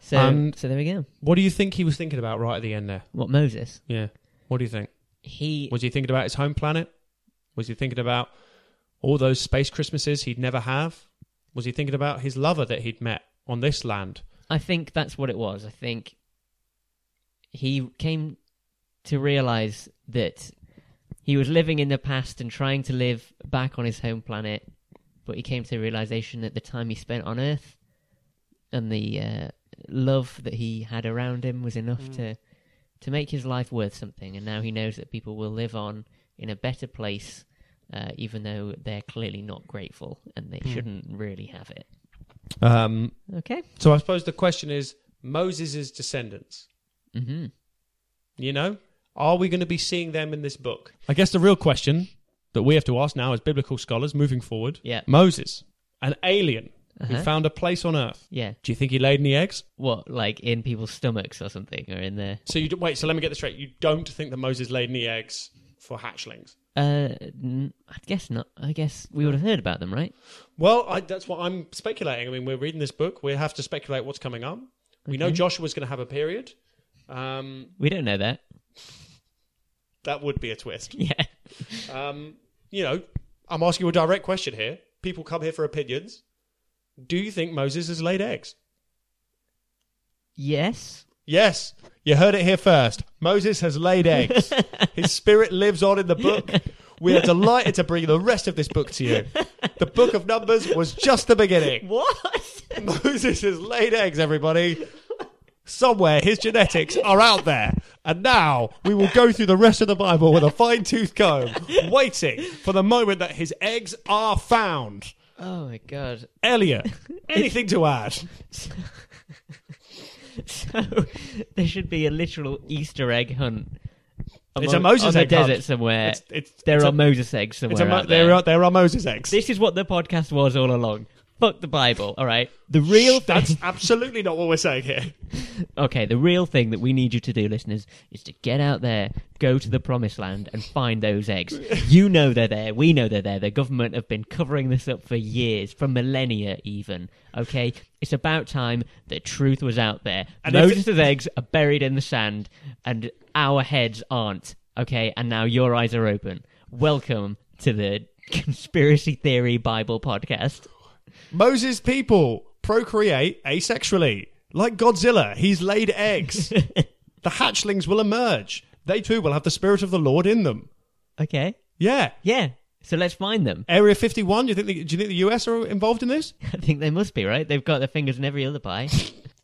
So,
And-
so there we go.
What do you think he was thinking about right at the end there?
What Moses?
Yeah. What do you think?
He
Was he thinking about his home planet? Was he thinking about all those space Christmases he'd never have? Was he thinking about his lover that he'd met on this land?
I think that's what it was. I think he came to realize that he was living in the past and trying to live back on his home planet, but he came to the realization that the time he spent on Earth and the uh, love that he had around him was enough to to make his life worth something. And now he knows that people will live on in a better place, uh, even though they're clearly not grateful and they shouldn't really have it.
Um,
Okay.
so I suppose the question is Moses' descendants.
hmm
You know, are we going to be seeing them in this book? I guess the real question that we have to ask now as biblical scholars moving forward
Yeah.
Moses, an alien who
Uh-huh.
found a place on earth.
Yeah.
Do you think he laid any eggs?
what like in people's stomachs or something or in their
So you d- wait. So let me get this straight. You don't think that Moses laid any eggs for hatchlings?
uh n- i guess not i guess we would have heard about them right
Well, I, that's what I'm speculating. I mean, we're reading this book. We have to speculate what's coming up. We know
Okay.
Joshua's going to have a period. Um,
we don't know that
that would be a twist.
yeah
Um, you know, I'm asking you a direct question here. People come here for opinions. Do you think Moses has laid eggs?
yes
Yes, you heard it here first. Moses has laid eggs. His spirit lives on in the book. We are delighted to bring the rest of this book to you. The book of Numbers was just the beginning.
what
Moses has laid eggs, everybody. Somewhere his genetics are out there. And now we will go through the rest of the Bible with a fine tooth comb, waiting for the moment that his eggs are found.
oh my god
Elliot, anything to add?
so there should be a literal easter egg hunt
It's
among-
a Moses
on the
egg
desert
hunt.
somewhere
It's- it's-
there
it's
are
a-
moses eggs somewhere
It's a mo-
out there.
there, are, there are Moses eggs.
this is what the podcast was all along fuck the bible all right the real
Shh, That's absolutely not what we're saying here.
Okay, the real thing that we need you to do, listeners, is to get out there, go to the promised land, and find those eggs. You know they're there. We know they're there. The government have been covering this up for years, for millennia even. Okay, it's about time the truth was out there.
And if it-
Moses' eggs are buried in the sand, and our heads aren't. Okay, and now your eyes are open. Welcome to the conspiracy theory Bible podcast.
Moses' people procreate asexually. Like Godzilla, he's laid eggs. the hatchlings will emerge. They too will have the spirit of the Lord in them.
Okay,
Yeah.
yeah. So let's find them.
Area 51, do you think the, do you think the US are involved in this?
I think they must be right. They've got their fingers in every other pie.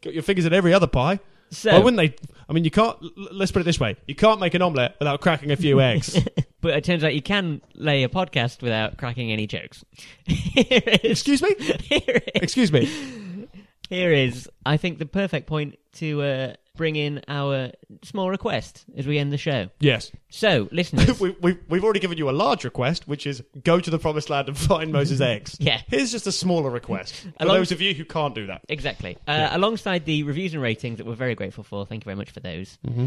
Got your fingers in every other pie.
So,
Why wouldn't they? I mean, you can't, l- l- let's put it this way you can't make an omelette without cracking a few eggs.
but it turns out you can lay a podcast without cracking any jokes. here is,
Excuse me?
here is,
Excuse me.
here is, I think, the perfect point to uh, bring in our small request as we end the show.
Yes.
So, listeners,
we, we, we've already given you a large request, which is go to the promised land and find Moses' eggs.
Yeah.
Here's just a smaller request for
Along-
those of you who can't do that.
exactly. Uh, Alongside the reviews and ratings that we're very grateful for, thank you very much for those.
Mm-hmm.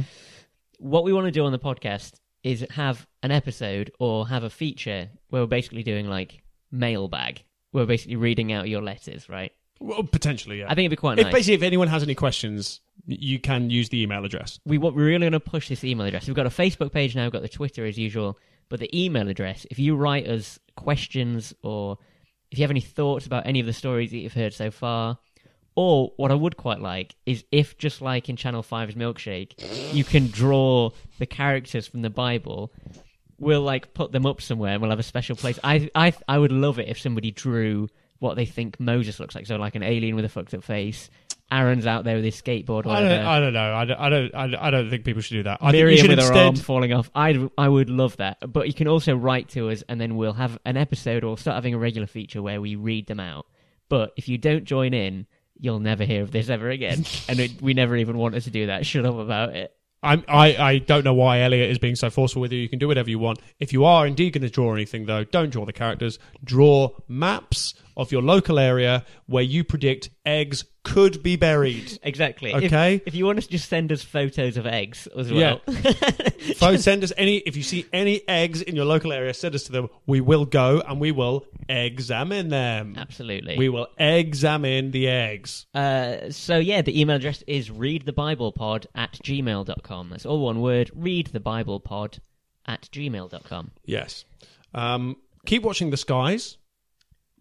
What we want to do on the podcast is have an episode or have a feature where we're basically doing like mailbag. We're basically reading out your letters, right?
Well, potentially, yeah.
I think it'd be quite
if,
nice.
Basically, if anyone has any questions, y- you can use the email address.
we what we're really going to push this email address. We've got a Facebook page now, we've got the Twitter as usual, but the email address. If you write us questions or if you have any thoughts about any of the stories that you've heard so far, or what I would quite like is if, just like in Channel 5's Milkshake, you can draw the characters from the Bible. We'll like put them up somewhere, and we'll have a special place. I I I would love it if somebody drew what they think Moses looks like. So like an alien with a fucked up face. Aaron's out there with his skateboard.
I
Whatever.
don't, I don't know. I don't, I, don't, I don't- I don't think people should do that. I think you
Miriam
should
with her arm
instead.
falling off. I I would love that. But you can also write to us, and then we'll have an episode or start having a regular feature where we read them out. But if you don't join in, you'll never hear of this ever again, and it, we never even wanted to do that. Shut up about it.
I'm, I, I don't know why Elliot is being so forceful with you. You can do whatever you want. If you are indeed going to draw anything, though, don't draw the characters. Draw maps of your local area where you predict eggs could be buried.
Exactly. If-
Okay.
If, you want us to just send us photos of eggs as
Yeah.
well.
Phone, send us any. If you see any eggs in your local area, send us to them. We will go and we will examine them.
Absolutely.
We will examine the eggs.
Uh, so yeah, the email address is readthebiblepod at gmail.com. That's all one word, readthebiblepod at gmail.com.
Yes. Um, keep watching the skies,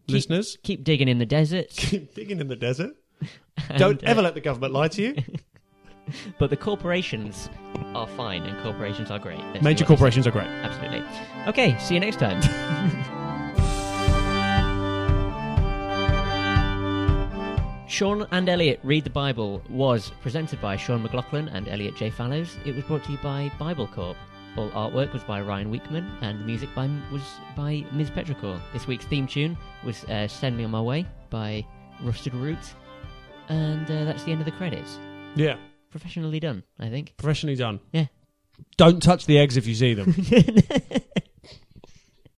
listeners.
Keep digging in the desert,
Keep digging in the desert. Don't
uh,
ever let the government lie to you.
but the corporations are fine and corporations are great.
Major
Let's do what they
corporations are great.
say. Absolutely. Okay, see you next time. Sean and Elliot Read the Bible was presented by Sean McLaughlin and Elliot J. Fallows. It was brought to you by Bible Corp. All artwork was by Ryan Weekman, and the music by, was by Ms. Petrichor. This week's theme tune was uh, Send Me On My Way by Rusted Root. And uh, that's the end of the credits.
Yeah,
Professionally done, I think.
professionally done.
Yeah.
Don't touch the eggs if you see them.